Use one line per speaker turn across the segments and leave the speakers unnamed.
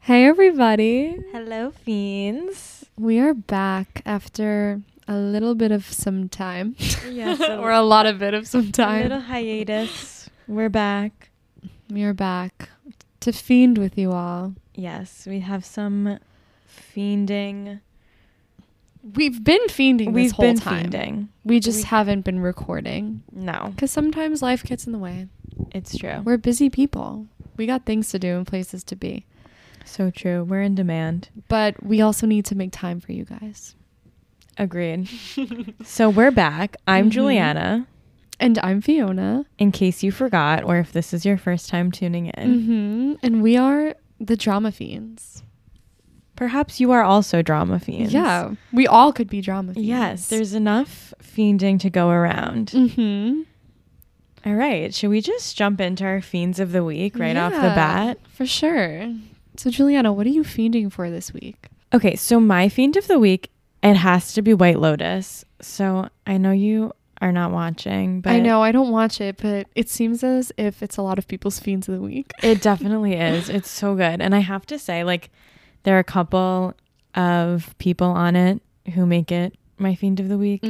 Hey everybody.
Hello, fiends.
We are back after a little bit of some time.
Yes, a
or a lot of bit of some
A
time.
little hiatus. We're back.
We are back to fiend with you all.
Yes, we have some fiending.
We've been fiending this
We've
whole
been
time.
fiending.
We just
We-
haven't been recording
No,
cuz sometimes life gets in the way.
it's true.
We're busy people. We got things to do and places to be.
so true. We're in demand.
But we also need to make time for you guys.
Agreed. so we're back. I'm
Mhm.
Juliana.
And I'm Fiona.
In case you forgot, or if this is your first time tuning in,
Mhm. And we are the drama fiends.
perhaps you are also drama fiends.
Yeah. We all could be drama fiends.
Yes, there's enough fiending to go around.
Mhm.
All right, should we just jump into our fiends of the week right off the bat?
For sure. So, Juliana, what are you fiending for this week?
Okay, so my fiend of the week, it has to be White Lotus. So I know you are not watching, but
I know I don't watch it, but it seems as if it's a lot of people's fiends of the week.
it definitely is. It's so good. And I have to say, like, there are a couple of people on it who make it my fiend of the week.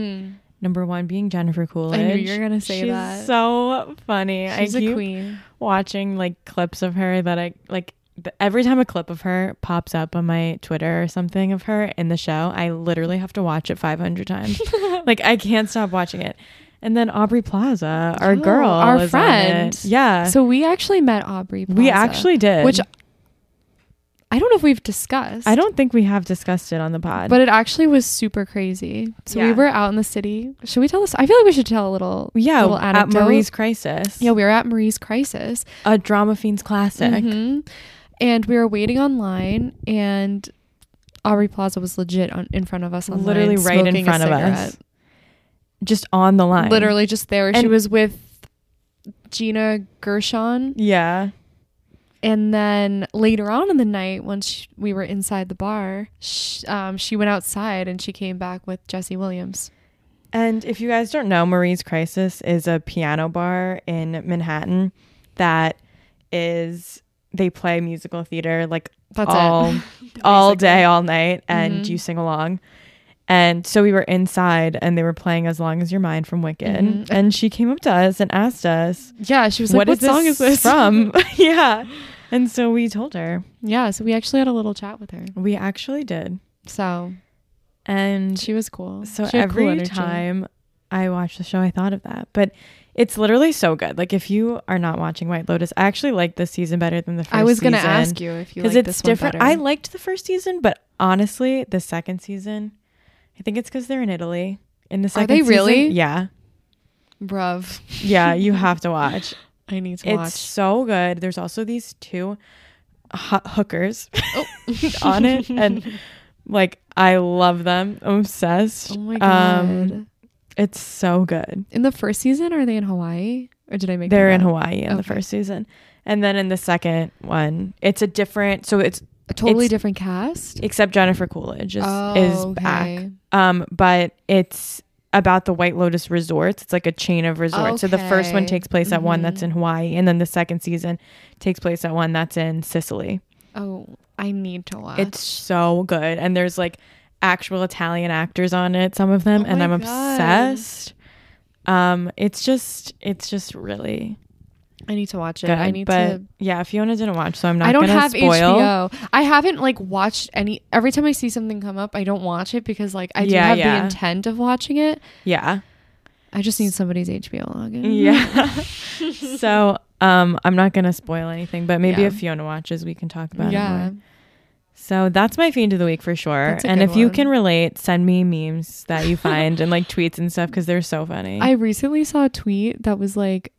Number one being Jennifer Coolidge.
Mm. you were gonna say
She's
that.
so funny.
She's
I keep
a queen.
watching like clips of her that I like th- every time a clip of her pops up on my Twitter or something of her in the show, I literally have to watch it 500 times. like I can't stop watching it. And then Aubrey Plaza, our
Oh,
girl,
our
is on it.
friend.
Yeah. So
So we actually met Aubrey.
we
Plaza,
actually did.
which I don't know if we've discussed.
I don't think we have discussed it on the pod.
but it actually was super crazy. So we
Yeah.
were out in the city. Should we tell us? I feel like we should tell a little.
yeah,
little
at
anecdote.
Marie's Crisis.
Yeah, we were at Marie's Crisis,
a drama fiends classic.
Mhm. And we were waiting online, and Aubrey Plaza was legit on, in front of us, online,
Literally right in
smoking a
front of us.
cigarette.
Just on the line.
Literally just there. she
And-
was with Gina Gershon,
Yeah.
and then later on in the night, once sh we were inside the bar, sh um, she went outside and she came back with Jesse Williams.
And if you guys don't know, Marie's Crisis is a piano bar in Manhattan that is they play musical theater like
That's
all
it.
all day, all night, and
Mhm.
you sing along. And so we were inside and they were playing As Long as Your Mind from Wicked.
Mhm.
And she came up to us and asked us,
Yeah, she was like,
"What
"What,
is
song is this
from? yeah. And so we told her.
yeah, so we actually had a little chat with her.
We actually did.
So
And
she was cool.
So
She had cool
every
energy.
time I watch the show, I thought of that. But it's literally so good. Like if you are not watching White Lotus, I actually like this season better than the first.
I was gonna
season,
ask you if you like
it's
this
different.
One better.
I liked the first season, but honestly, the second season, I think it's because they're in Italy. In the second,
they
season-
really?
Yeah,
Bruv.
yeah. You have to watch.
I need to
it's
watch.
so good. There's also these two ho- hookers
Oh.
on it, and like I love them. I'm obsessed.
Oh my god.
Um, it's so good.
in the first season, are they in Hawaii? Or did I make
They're
that
in
up?
Hawaii in the
Okay.
first season. And then in the second one, it's a different so it's
A totally
It's-
different cast? Oh,
except Jennifer Coolidge is, is back.
okay.
Um but it's about the White Lotus resorts. It's like a chain of resorts. So the first one
Okay.
takes place at one
Mhm.
that's in Hawaii and then the second season takes place at one that's in Sicily.
Oh, I need to watch.
It's so good and there's like actual Italian actors on it, some of them,
Oh
and
my
I'm
God.
obsessed. Um it's just it's just really
I need to watch it.
good.
I need
but
to.
yeah, Fiona didn't watch, so I'm not.
I don't
gonna
have
spoil.
HBO. I haven't like watched any. Every time I see something come up, I don't watch it because like I do
Yeah,
have the
yeah.
intent of watching it.
Yeah,
I just need somebody's HBO login.
yeah. so um, I'm not gonna spoil anything, but maybe
Yeah.
if Fiona watches, we can talk about it
Yeah.
more. So that's my fiend of the week for sure.
That's a
And
good
if you
one.
can relate, send me memes that you find and like tweets and stuff because they're so funny.
I recently saw a tweet that was like,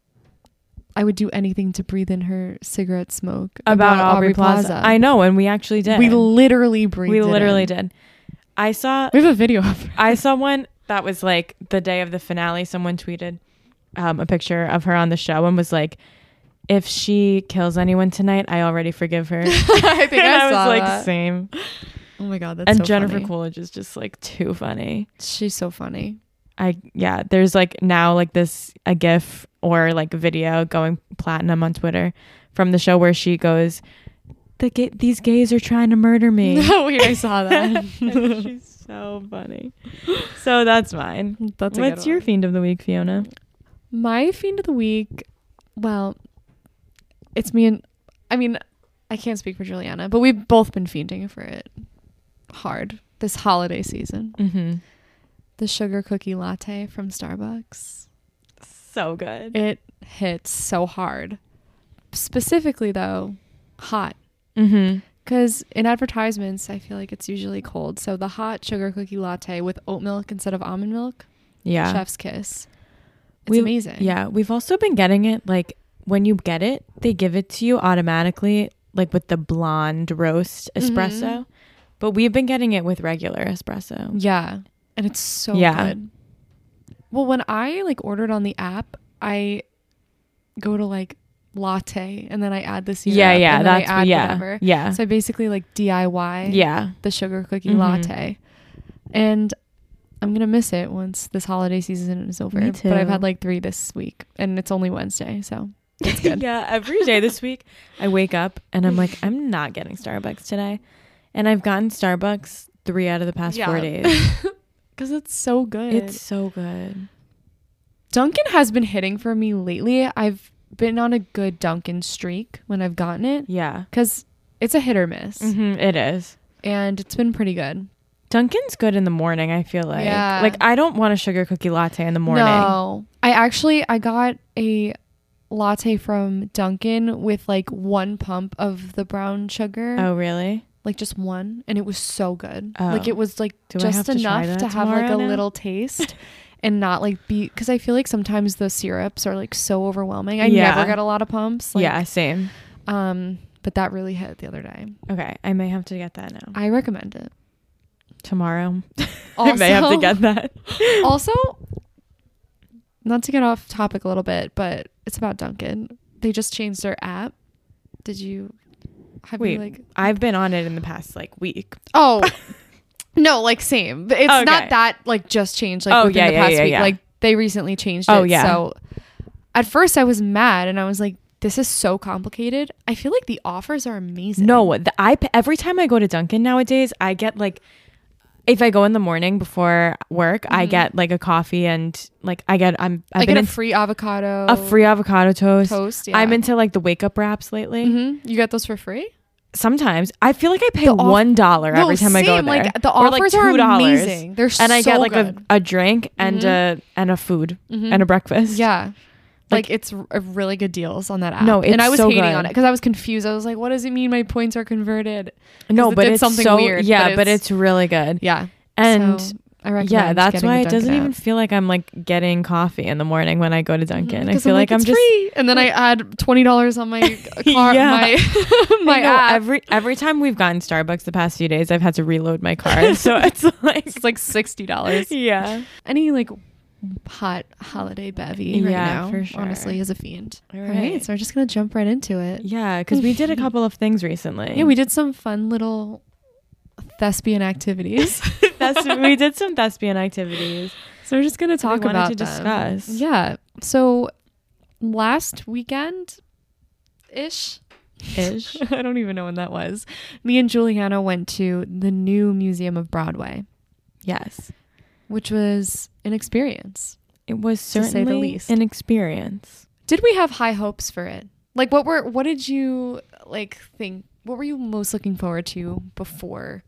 I would do anything to breathe in her cigarette smoke
about, Aubrey, Plaza. I know, and we actually did.
we literally breathed.
we
it
literally
in.
did. I saw
We have a video of her.
I saw one that was like the day of the finale. Someone tweeted um, a picture of her on the show and was like, "If she kills anyone tonight, I already forgive her."
I think
and
I,
I, was
saw
like,
that.
"Same."
Oh my god, that's
and
so
Jennifer
funny.
Coolidge is just like too funny.
She's so funny.
I yeah. There's like now like this a GIF or like video going platinum on Twitter from the show where she goes. the ga- these gays are trying to murder me.
Oh, wait, I saw that.
She's so funny. So that's mine.
That's a good
What's your
one.
fiend of the week, Fiona?
My fiend of the week, well, it's me and I mean, I can't speak for Juliana, but we've both been fiending for it hard this holiday season.
Mm-hmm.
The sugar cookie latte from Starbucks.
So good.
It hits so hard. Specifically though, hot
Mm-hmm.
cuz in advertisements I feel like it's usually cold. So the hot sugar cookie latte with oat milk instead of almond milk,
Yeah.
chef's kiss. It's
We-
amazing.
Yeah. We've also been getting it like when you get it, they give it to you automatically, like with the blonde roast espresso.
Mhm.
But we've been getting it with regular espresso.
Yeah. And it's so
Yeah.
good. Well, when I like ordered on the app, I go to like latte and then I add the syrup.
Yeah, yeah,
and then I
that's
add
yeah,
whatever.
yeah,
So I basically like DIY
yeah.
the sugar cookie
Mhm.
latte. And I'm going to miss it once this holiday season is over.
Me
But I've
too.
had like three this week and it's only Wednesday. So it's good.
yeah, every day this week, I wake up and I'm like, I'm not getting Starbucks today, and I've gotten Starbucks three out of the past four days.
Because it's so good.
It's so good.
Dunkin' has been hitting for me lately. I've been on a good Dunkin' streak when I've gotten it
Yeah,
because it's a hit or miss,
Mhm, it is.
and it's been pretty good.
Dunkin's good in the morning. I feel like,
Yeah.
like I don't want a sugar cookie latte in the morning.
No, Mm-hmm. I actually I got a latte from Dunkin' with like one pump of the brown sugar,
Oh, really?
like just one, and it was so good.
Oh.
Like it was like
Do I have
just
to try
enough
that
to have like a
tomorrow now?
little taste. And not like be because I feel like sometimes the syrups are like so overwhelming. I
Yeah.
never get a lot of pumps. Like,
yeah, same.
Um, but that really hit the other day.
Okay, I may have to get that now.
I recommend it.
Tomorrow, I
Also,
may have to get that.
also, not to get off topic a little bit, but it's about Duncan. They just changed their app. Did you have
Wait.
you like
I've been on it in the past like week.
Oh no, like same. But It's
Okay.
not that like just changed like
Oh,
within
yeah,
the
yeah,
past
yeah,
week.
yeah.
Like they recently changed
Oh,
it.
yeah.
So at first I was mad and I was like, this is so complicated. I feel like the offers are amazing.
No, the, I p- every time I go to Dunkin' nowadays, I get like if I go in the morning before work, I get like a coffee and like I get I'm I've
I get Mm-hmm.
been
a
in
free avocado
a free avocado toast.
toast.
I'm
yeah.
into like the wake up wraps lately.
hmm You get those for free?
Sometimes I feel like I pay
The off-
one dollar
No,
every time I go
same,
there.
like, the
Or, like,
offers are
$2.
amazing. They're
and I
so
get like a,
good. Mm-hmm.
a drink and a and a food and a breakfast.
Yeah. Like,
Like-
it's r- a really good deals on that app.
No,
and
it's
I was
so
hating
good.
on it because I was confused. I was like, "What does it mean? My points are converted?"
no,
'Cause it
but
did
it's
something
so
weird,
yeah, but
but it's-
it's, really good.
Yeah,
And
So, I recommend.
yeah, that's
getting
why
a
it doesn't
Dunkin'
even
app.
feel like I'm like getting coffee in the morning when I go
Mm-hmm.
to Dunkin'. I
'Cause
feel like, I'm
it's
just
free. and then I add twenty dollars on my car,
Yeah.
my my
I know,
app.
Every every time we've gotten Starbucks the past few days, I've had to reload my card. so it's like,
it's like sixty dollars.
yeah,
Any like hot holiday bevy right
Yeah,
now,
for sure.
honestly, is a fiend.
All
All right,
right.
so we're just gonna jump right into it.
yeah, because we did a couple of things recently.
Yeah, we did some fun little thespian activities.
Thes- we did some thespian activities.
So we're just gonna
we
talk
wanted
about
to
them.
discuss.
Yeah. So last weekend ish.
Ish.
I don't even know when that was. Me and Juliana went to the new Museum of Broadway,
Yes,
which was an experience.
it was
say the
certainly
least.
an experience.
Did we have high hopes for it? Like what were what did you like think what were you most looking forward to before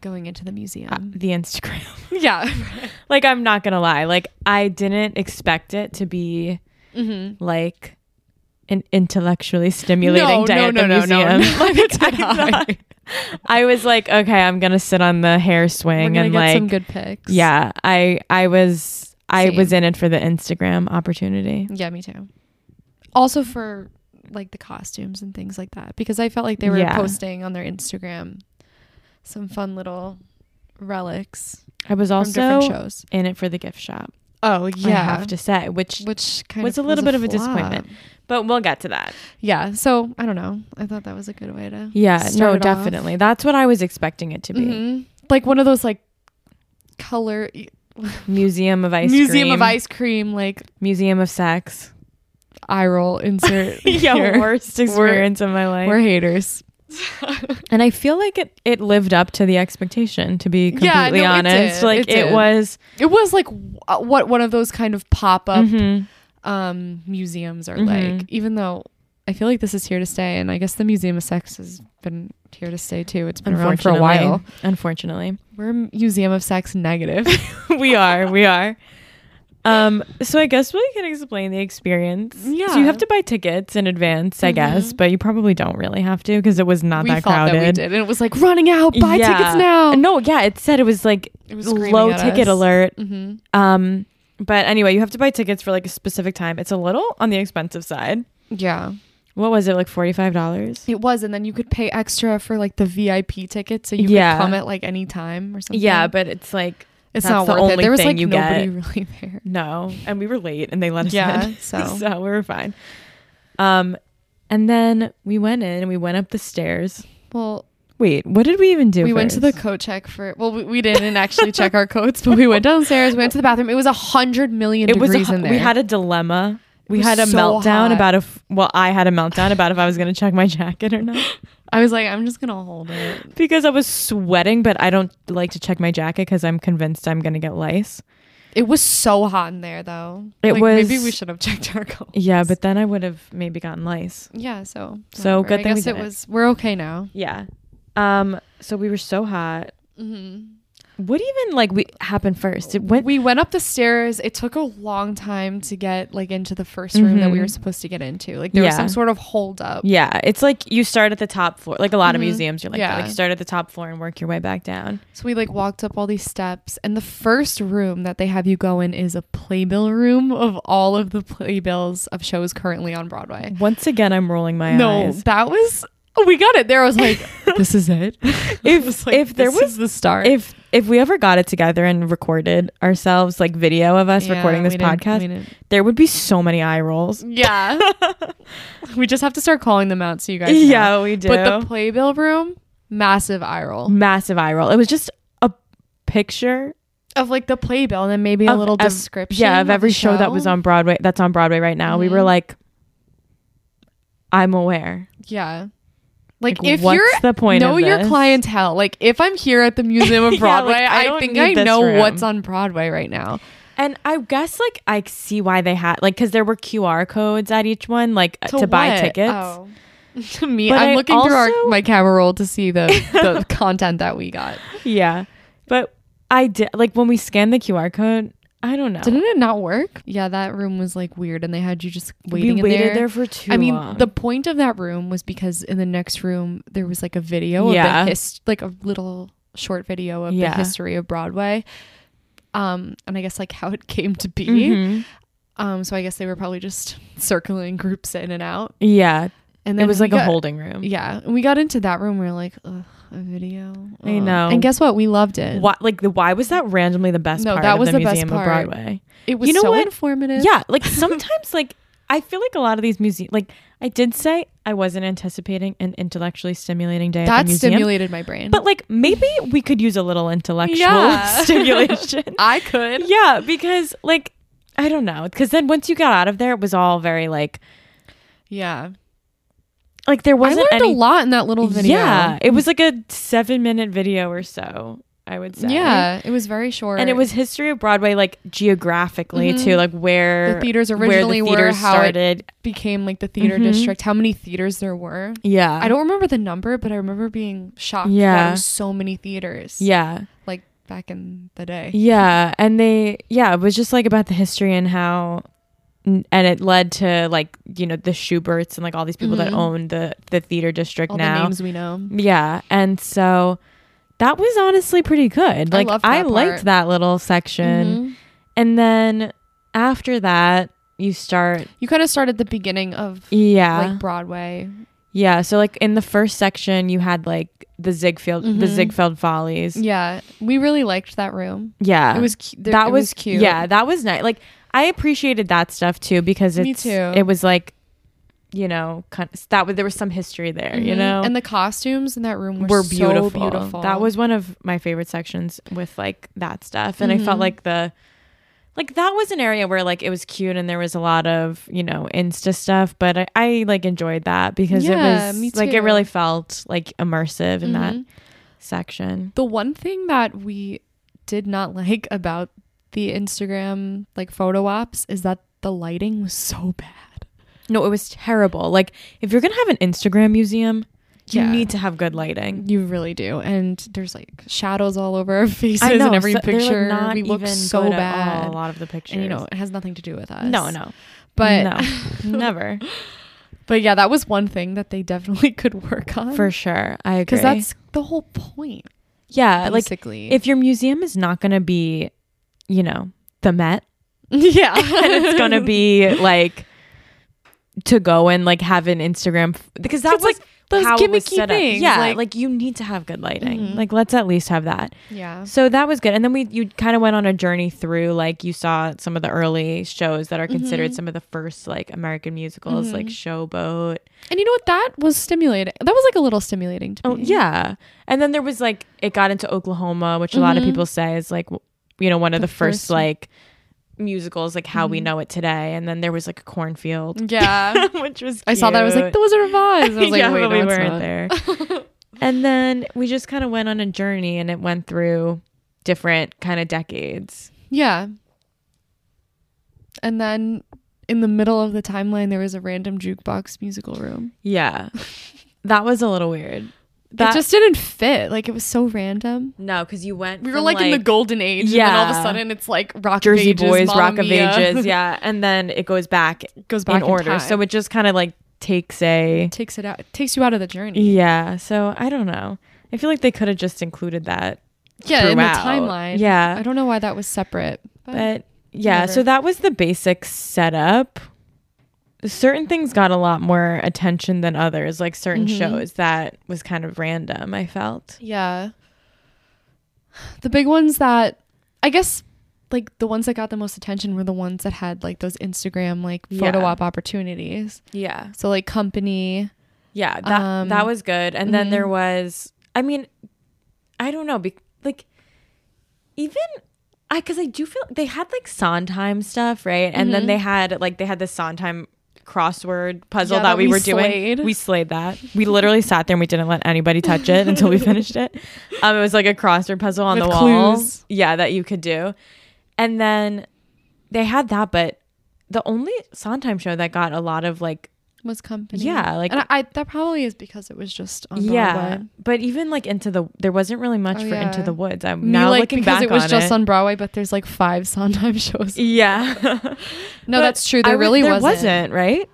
going into the
Uh,
museum?
the Instagram.
yeah.
like I'm not gonna lie. Like I didn't expect it to be
mm-hmm.
like an intellectually stimulating
No,
day
no,
at the
no, no,
museum.
no, no.
Like,
Neither did
I
I.
thought- I was like, okay, I'm gonna sit on the hair
We're
swing
gonna
and
get
like
some good pics.
Yeah, I I was I
Same.
was in it for the Instagram opportunity.
Yeah, me too. Also for like the costumes and things like that because I felt like they were
Yeah.
posting on their Instagram some fun little relics
I was
from different
also
shows.
in it for the gift shop.
Oh
I have to say, which
which kind
was
of
a little bit of a
flop.
disappointment. but we'll get to that.
Yeah, so I don't know. I thought that was a good way to
Yeah,
start
no,
it off.
definitely. That's what I was expecting it to be.
Mhm. like one of those like color
Museum of ice
museum
cream,
of ice cream like
museum of sex.
eye roll insert.
yeah,
here.
worst experience of my life.
we're haters.
And I feel like it, it lived up to the expectation, to be completely
Yeah, no, it
honest.
did.
Like
It
it,
did.
was
It was like w- uh, what one of those kind of pop up
mhm.
um, museums are
Mhm.
like. Even though I feel like this is here to stay, and I guess the Museum of Sex has been here to stay too. It's been around for a while.
Unfortunately.
We're Museum of Sex negative.
we are. We are. Um, so I guess we can explain the experience. So
Yeah. Mm-hmm.
you have to buy tickets in advance, I guess, but you probably don't really have to because it was not
we
that
thought
crowded.
that we did, and it was like running
Oh,
out. Buy
Yeah.
tickets now.
No, yeah, it said it was like
It was screaming
low
at
ticket
us.
alert.
Mm-hmm.
Um, but anyway, you have to buy tickets for like a specific time. It's a little on the expensive side.
Yeah,
What was it like forty five dollars?
it was, and then you could pay extra for like the VIP ticket, so you
Yeah.
could come at like any time or something.
Yeah, but it's like
it's
that's
not
the
worth it.
only
There was
thing
like
you
nobody
get.
really there.
no, and we were late, and they let us
Yeah,
in,
so.
we were fine. Um, and then we went in and we went up the stairs.
Well,
Wait, what did we even do?
we went to the
first?
coat check for. Well, we, we didn't actually check our coats, but we went downstairs. We went to the bathroom. It was a hundred million
It was
degrees
a,
in there.
we had a dilemma. We
was
had a
so
meltdown
hot.
about if well, I had a meltdown about if I was going to check my jacket or not
I was like, I'm just gonna hold it.
because I was sweating, but I don't like to check my jacket because I'm convinced I'm going to get lice.
It was so hot in there, though.
It
Like,
was-
Maybe we should have checked our coats.
Yeah, but then I would have maybe gotten lice.
Yeah. So.
So,
whatever.
good
I
thing we
guess
did
it
it.
was. We're okay now.
Yeah. Um. So we were so hot.
Mm-hmm.
What even like we happened first? It went.
we went up the stairs. It took a long time to get like into the 1st room that we
Mhm.
were supposed to get into. Like there was
Yeah.
some sort of holdup.
yeah, it's like you start at the top floor. Like a lot of
Mhm.
museums, you're like, that.
Yeah.
like you start at the top floor and work your way back down.
So we like walked up all these steps, and the first room that they have you go in is a playbill room of all of the playbills of shows currently on Broadway.
Once again, I'm rolling my
No,
eyes.
that was we got it. There I was like, this is it. I
If-
was like,
if there
this
was-
is the start,
If if we ever got it together and recorded ourselves, like video of us
Yeah,
recording this
we didn't-
podcast,
we didn't-
there would be so many eye rolls.
yeah, we just have to start calling them out so you guys. know.
Yeah, we do. Mm.
but the playbill room, massive eye roll.
massive eye roll. It was just a picture
of like the playbill and then maybe a
Of
little
ev-
description.
yeah of
the
every show that was on broadway that's on broadway right now we were
Mhm.
like i'm aware
Yeah. Like,
Like,
if
what's
you're
the point of
know your
this?
clientele. Like if I'm here at the Museum of
Yeah,
Broadway,
like, I
I,
don't
think
need
I
this
know
room.
what's on Broadway right now.
and i guess like i see why they had like because there were qr codes at each one like Uh, to, buy
what?
tickets
Oh. to me,
But
I'm
I
looking through our,
also-
my camera roll to see the the content that we got.
yeah but i did like when we scanned the qr code i don't know
Didn't it not work? Yeah, that room was like weird, and they had you just waiting
we
in
waited
there.
for two
I mean, the point of that room was because in the next room there was like a video
Yeah.
of the hist- like a little short video of
Yeah.
the history of Broadway. Um, and I guess like how it came to be.
Mhm.
Um, so I guess they were probably just circling groups in and out.
yeah
And then
it was
we
like a
got-
holding room
Yeah, and we got into that room. We were like, Ugh, a video.
I
Ugh."
know.
And guess what? We loved it.
why, like the why was that randomly the best
No,
part
that
of
was
the,
the best
museum
part.
of broadway
It was
You know
so
what?
informative.
Yeah, like sometimes like I feel like a lot of these museums like I did say I wasn't anticipating an intellectually stimulating day at the
that
museum.
stimulated my brain.
but like maybe we could use a little intellectual
Yeah.
stimulation.
I could.
yeah, because like I don't know, cuz then once you got out of there it was all very like
Yeah,
like there
I
wasn't
learned
any
a lot in that little video.
Yeah, it was like a 7-minute video or so, I would say.
Yeah, it was very short.
And it was history of Broadway like geographically
Mhm.
too, like where
The theaters
where the
originally were,
theaters
how it-
started.
became like the theater
Mhm.
district. How many theaters there were?
yeah.
I don't remember the number, but I remember being shocked that
Yeah.
there was so many theaters.
Yeah.
like back in the day.
Yeah, and they yeah, it was just like about the history and how and it led to like, you know, the Schuberts and like all these people that
Mhm.
own the the theater district
All the
now.
names we know.
Yeah, and so that was honestly pretty good.
I
Like
loved
I,
that
liked
part.
that little section.
Mhm.
And then after that, you start
You kind of start at the beginning of
yeah.
like Broadway.
yeah, so like in the first section you had like the Ziegfeld the
Mhm.
Ziegfeld Follies.
Yeah, we really liked that room.
Yeah.
It was cu- there-
that
it
was,
cute.
Yeah, that was nice. Like I appreciated that stuff too because it's
Me too.
it was like you know kind of, that was there was some history there, you
Mhm.
know.
and the costumes in that room were,
were
so
beautiful.
beautiful.
That was one of my favorite sections with like that stuff and I felt
Mhm.
like the like that was an area where like it was cute and there was a lot of you know insta stuff but i, I like enjoyed that because
Yeah,
it
me
was like it
too.
really felt like immersive in that
Mhm.
section
The one thing that we did not like about the Instagram like photo ops is that the lighting was so bad.
no it was terrible like if you're gonna have an instagram museum you
Yeah.
need to have good lighting
You really do. And there's like shadows all over our faces
I know,
in every
so- they're, like,
picture.
not
we look
even
so
good at all,
bad.
a lot of the pictures
And you know, it has nothing to do with us.
no no
But
no never
but yeah, that was one thing that they definitely could work on.
for sure i agree
Because that's the whole point.
yeah Uh, like
basically.
if your museum is not gonna be you know the met
yeah.
and it's gonna be like to go and like have an Instagram f- because that
It's
was
like
like
those
how it was
gimmicky
set up.
things,
Yeah,
like-
like, you need to have good lighting.
Mhm.
Like let's at least have that.
yeah.
So that was good. And then we you kind of went on a journey through like you saw some of the early shows that are considered
Mhm.
some of the first like American musicals like
Mm-hmm.
Showboat.
And you know what? That was stimulating. That was like a little stimulating to me.
Oh yeah. And then there was like it got into Oklahoma, which a lot of
Mhm.
people say is like w- you know one of
The
the, first,
first- Mm-hmm.
like musicals like how we know it today. And then there was like a cornfield.
Yeah.
which was
I saw that. I was like,
cute.
The Wizard of Oz. I was like,
yeah,
wait, no,
but we
it's
weren't
not.
there. and then we just kind of went on a journey, and it went through different kind of decades.
Yeah. And then in the middle of the timeline, there was a random jukebox musical room.
Yeah, that was a little weird. That
it just didn't fit. Like it was so random.
no, because you went.
We were
from,
like, in the golden age, and then all of a
Yeah.
sudden it's like rock
Jersey
of ages,
Boys,
Mamma
Rock of
Mia.
Ages, yeah, and then it goes back
goes back
in order.
time.
So it just kind of like takes a
takes it out, it takes you out of the journey.
yeah. So I don't know. I feel like they could have just included that.
Yeah, in the
throughout.
timeline.
Yeah,
I don't know why that was separate.
But yeah,
whatever.
so that was the basic setup. Certain things got a lot more attention than others, like certain
Mhm.
shows that was kind of random, I felt.
Yeah. The big ones that I guess like the ones that got the most attention were the ones that had like those Instagram like photo
Yeah.
op opportunities.
Yeah.
So like company.
Yeah, that that
Um,
was good. And then there
mhm.
was I mean, I don't know, be, like even I cuz I do feel they had like Sondheim stuff, right? And
Mhm.
then they had like they had the Sondheim crossword puzzle
Yeah,
that,
that
we,
we
were
slayed.
doing. We slayed that. We literally sat there and we didn't let anybody touch it until we finished it. Um it was like a crossword puzzle on
With
the wall.
clues.
Yeah, that you could do. And then they had that, but the only Sondheim show that got a lot of like
Was company.
Yeah, like-
and I, I that probably is because it was just on
yeah,
Broadway.
but even like into the there wasn't really much
Oh,
for
yeah.
Into the Woods. I'm
Me,
now
like
looking
because
back
it was
on
just
it.
on Broadway, but there's like five Sondheim shows.
yeah,
No,
But
that's true. There
I was-
really
there
wasn't.
right?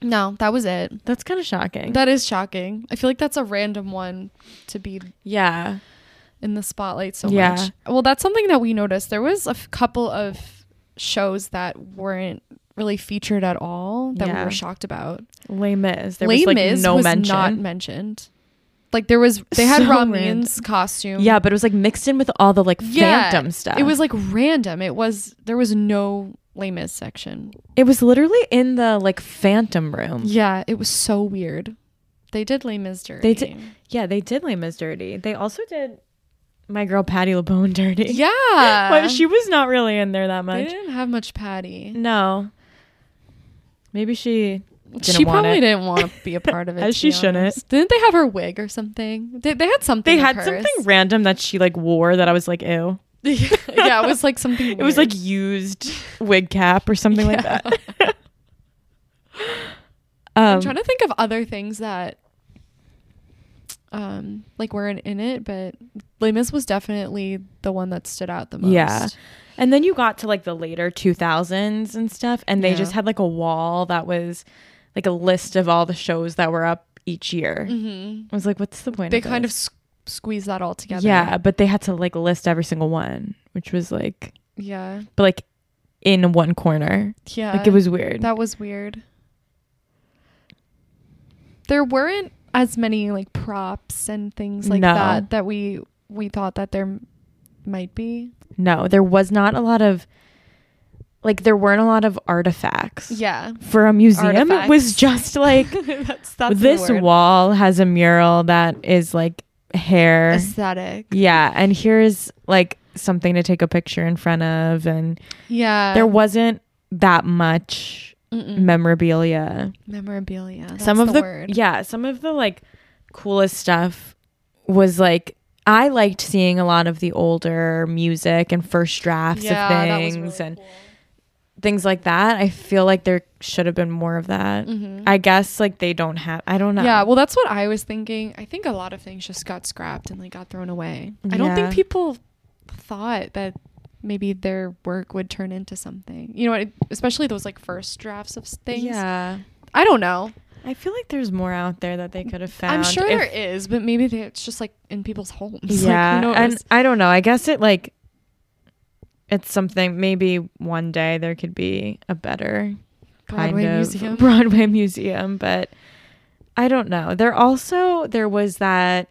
No, that was it.
That's kind of shocking.
That is shocking. I feel like that's a random one to be
yeah,
in the spotlight so
Yeah.
much. Well, that's something that we noticed. There was a f- couple of shows that weren't really featured at all that we
Yeah.
were shocked about.
Les Mis. There
Les
was like
Mis
no
was
mention.
not mentioned. Like there was, they had
So
Ramin's costume.
yeah, but it was like mixed in with all the like
Yeah,
phantom stuff.
It was like random. It was there was no Les Mis section.
it was literally in the like phantom room.
Yeah, it was so weird. They did Les Mis dirty.
They did- Yeah, they did Les Mis dirty. They also did my girl Patty LaBone dirty.
Yeah,
but she Mm. was not really in there that
they
much.
didn't have much Patty.
No, maybe she didn't
she
want
probably
it.
didn't want to be a part of it.
As
to
she
be
shouldn't.
honest. Didn't they have her wig or something? They, they had something.
they
of
had
hers.
something random that she like wore that I was like, ew.
yeah, it was like something.
It was
weird.
like used wig cap or something like
Yeah.
that. um,
I'm trying to think of other things that, um, like weren't in it, but Les Mis was definitely the one that stood out the most.
Yeah. and then you got to like the later 2000s and stuff, and they
Yeah.
just had like a wall that was like a list of all the shows that were up each year.
hmm
I was like, what's the point?
They kind of
this?
s- squeezed that all together.
yeah, but they had to like list every single one, which was like,
Yeah.
but like in one corner,
Yeah.
like it was weird.
Uh, That was weird. There weren't as many like props and things like
No.
that that we we thought that there m- might be.
no, there was not a lot of like there weren't a lot of artifacts.
Yeah.
for a museum it
Artifacts.
was just like
that's that's
this wall has a mural that is like hair
aesthetic.
yeah and here's like something to take a picture in front of and
Yeah.
there wasn't that much
Mm-mm.
memorabilia.
memorabilia. That's
some of the,
word.
yeah, some of the like coolest stuff was like I liked seeing a lot of the older music and first drafts of things and things like that. I feel like there should have been more of that.
Mhm.
I guess like they don't have. I don't know.
Yeah, well, that's what I was thinking. I think a lot of things just got scrapped and like got thrown away. I don't think
Yeah.
people thought that maybe their work would turn into something. You know, what? especially those like first drafts of s- things.
Yeah.
I don't know.
I feel like there's more out there that they could have found.
I'm sure
if-
there is, but maybe they, it's just like in people's homes. Like, who
Yeah,
knows?
and I don't know. I guess it like it's something. Maybe one day there could be a better
Broadway
kind of
Museum.
Broadway museum, but I don't know. There also there was that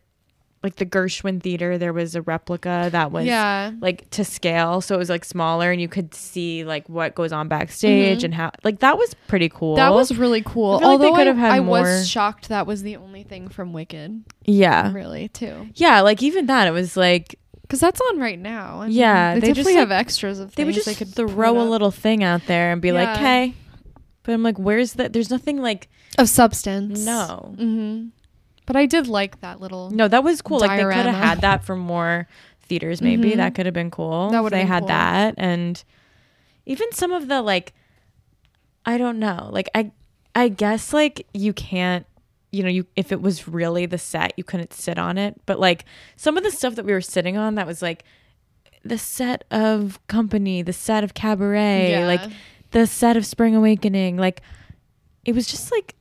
like the Gershwin Theater. There was a replica that was
yeah.
like to scale, so it was like smaller, and you could see like what goes on backstage
Mhm.
and how like that was pretty cool.
That was really cool.
I feel like they
Although
could
I,
have had
I
more-
was shocked that was the only thing from Wicked,
yeah,
really, too.
yeah. Like even that, it was like
Because that's on right now. I mean,
Yeah,
they,
they just,
definitely
like-
have extras of
they would
things
just
they could
throw
put
a
up.
little thing out there and be like,
Yeah.
"Hey," but I'm like, "Where's that? There's nothing like
of substance.
No.
hmm But I did like that little.
no. That was cool. Like they could
Diorama.
have had that for more theaters. Maybe
Mhm.
that could have been cool.
That
if
would've
they
been
had
cool.
that, and even some of the like, I don't know. Like I, I guess like you can't. You know, you if it was really the set, you couldn't sit on it. But like some of the stuff that we were sitting on, that was like the set of Company, the set of Cabaret,
Yeah.
like the set of Spring Awakening. Like it was just like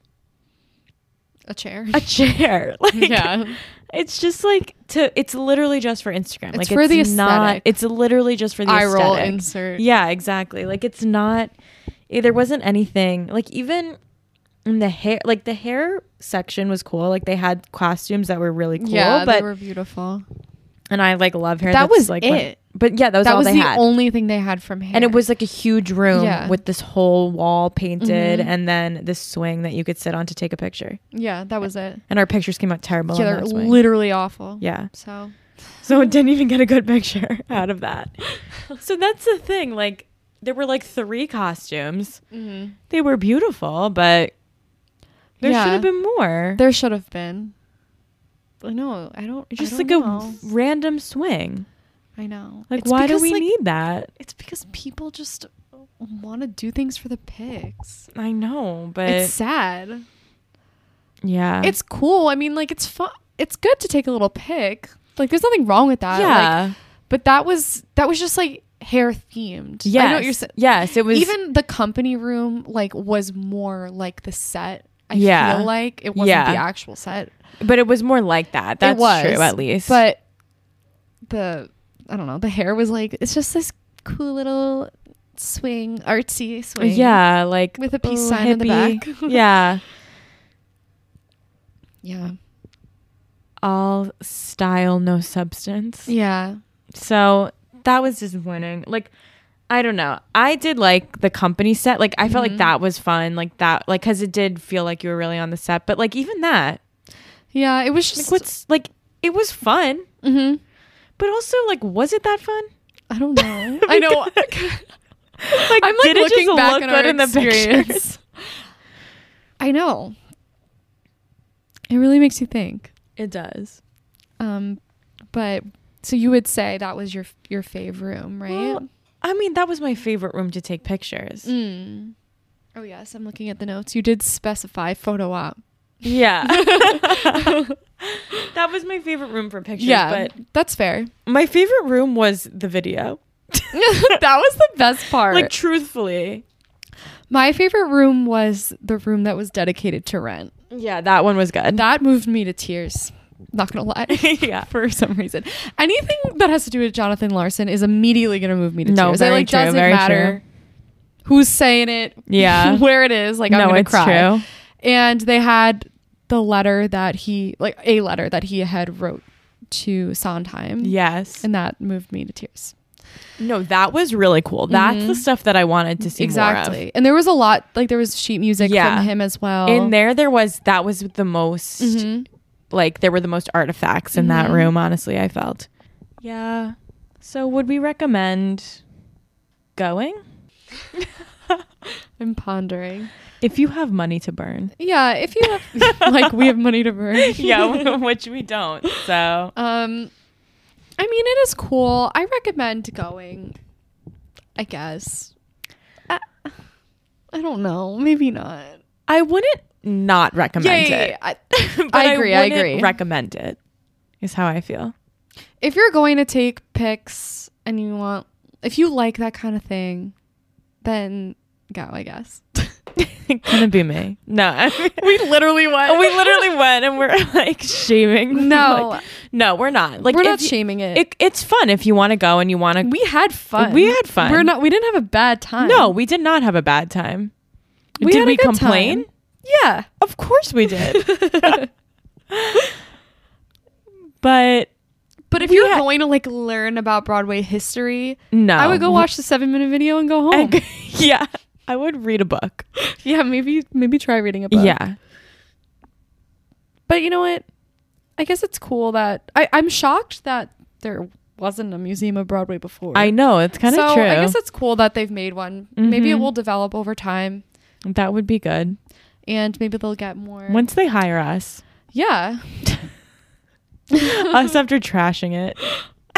a chair.
a chair. Like
yeah.
it's just like to it's literally just for Instagram.
It's
like
for
it's
the
not
aesthetic.
it's literally just for the
Eye roll
aesthetic.
insert.
Yeah, exactly. Like it's not eh, there wasn't anything like even in the hair like the hair section was cool. Like they had costumes that were really cool.
yeah,
but
they were beautiful.
and I like love hair.
That
That's,
was
like one-
it.
but yeah, that was
that
all
was
they
the
had.
only thing they had from hair.
and it was like a huge room
Yeah.
with this whole wall painted
Mhm.
and then this swing that you could sit on to take a picture.
Yeah, that was it.
And our pictures came out terrible.
yeah,
on
they're
that swing.
literally awful.
Yeah.
So.
So it didn't even get a good picture out of that. So that's the thing. Like, there were like three costumes.
mhm.
They were beautiful, but there
Yeah.
should have been more.
There should have been. I know. I don't. I
Just
don't
like a
know.
random swing.
I know.
Like,
It's
why do
because,
we
like,
need that?
It's because people just want to do things for the pigs.
I know, but
it's sad.
yeah.
it's cool. I mean, like it's fun. It's good to take a little pic. Like there's nothing wrong with that. Like,
yeah.
but that was that was just like hair themed.
yes.
I know what you're saying.
Yes, it was
Even the company room like was more like the set. I
Yeah.
feel like it wasn't
Yeah.
the actual set.
but it was more like that. That's
it was
true at least.
But the I don't know. The hair was like it's just this cool little swing, artsy swing.
yeah, like
With a peace
ooh,
sign in the
hippie.
back.
yeah.
yeah,
All style, no substance.
yeah.
So that was disappointing. Like, I don't know. I did like the company set. Like, I felt like
Mhm.
that was fun. Like that, like, cause it did feel like you were really on the set. But like, even that,
Yeah, it was
like,
just
what's like, it was fun.
hmm
But also, like, was it that fun?
I don't know. I know.
Like,
I'm like
did it just
looking back
look
at
good
our
in the pictures?
experience. I know. It really makes you think.
It does.
Um, but so you would say that was your your fave room, right?
Well- I mean, that was my favorite room to take pictures.
mm. Oh yes, I'm looking at the notes. You did specify photo op.
Yeah. that was my favorite room for pictures.
yeah,
But
that's fair.
my favorite room was the video.
that was the best part.
Like, truthfully.
My favorite room was the room that was dedicated to rent.
Yeah, that one was good.
That moved me to tears. Not gonna lie.
yeah.
for some reason. Anything that has to do with Jonathan Larson is immediately going to move me to
No,
tears.
very
it like
true,
doesn't
very
matter who's saying it,
Yeah.
where it is. Like I'm going to
it's
cry.
true.
And they had the letter that he like a letter that he had wrote to Sondheim.
Yes.
and that moved me to tears.
No, that was really cool. That's the
Mhm.
stuff that I wanted to see
exactly. And there was a lot like there was sheet music
Yeah.
from him as well.
more of. In there, there was that was the most
Mhm.
like there were the most artifacts in that
Mhm.
room. Honestly, I felt. Mm-hmm. Yeah, So, would we recommend going
I'm pondering.
if you have money to burn?
Yeah, if you have like we have money to burn.
yeah, which we don't. So,
Um I mean it is cool. I recommend going. I guess. I, I don't know. Maybe not.
I wouldn't not recommend
Yeah, yeah,
it.
yeah, I-
But
I agree, I
wouldn't
agree.
Recommend it is how I feel.
if you're going to take pics and you want if you like that kind of thing, then go, I guess.
Couldn't be me. No, I mean,
we literally went.
we literally went and we're like shaming.
No.
like, no, we're not. Like
We're
if
not
you-
shaming it.
It, it's fun if you want to go and you want to.
We had fun.
We had fun.
We're not we didn't have a bad time.
no, we did not have a bad time.
We
did
had a
we
good
complain?
time. Yeah.
Of course we did. but
But if
We
you're
had-
going to like learn about Broadway history,
no,
I would go watch the seven minute video and go home.
I- yeah, I would read a book.
yeah, maybe maybe try reading a book.
Yeah,
But you know what? I guess it's cool that I, I'm shocked that there wasn't a museum of Broadway before.
I know it's kind of
so
true.
I guess it's cool that they've made one. Maybe it
Mhm.
will develop over time
that would be good
and maybe they'll get more
once they hire us.
Yeah.
us after trashing it.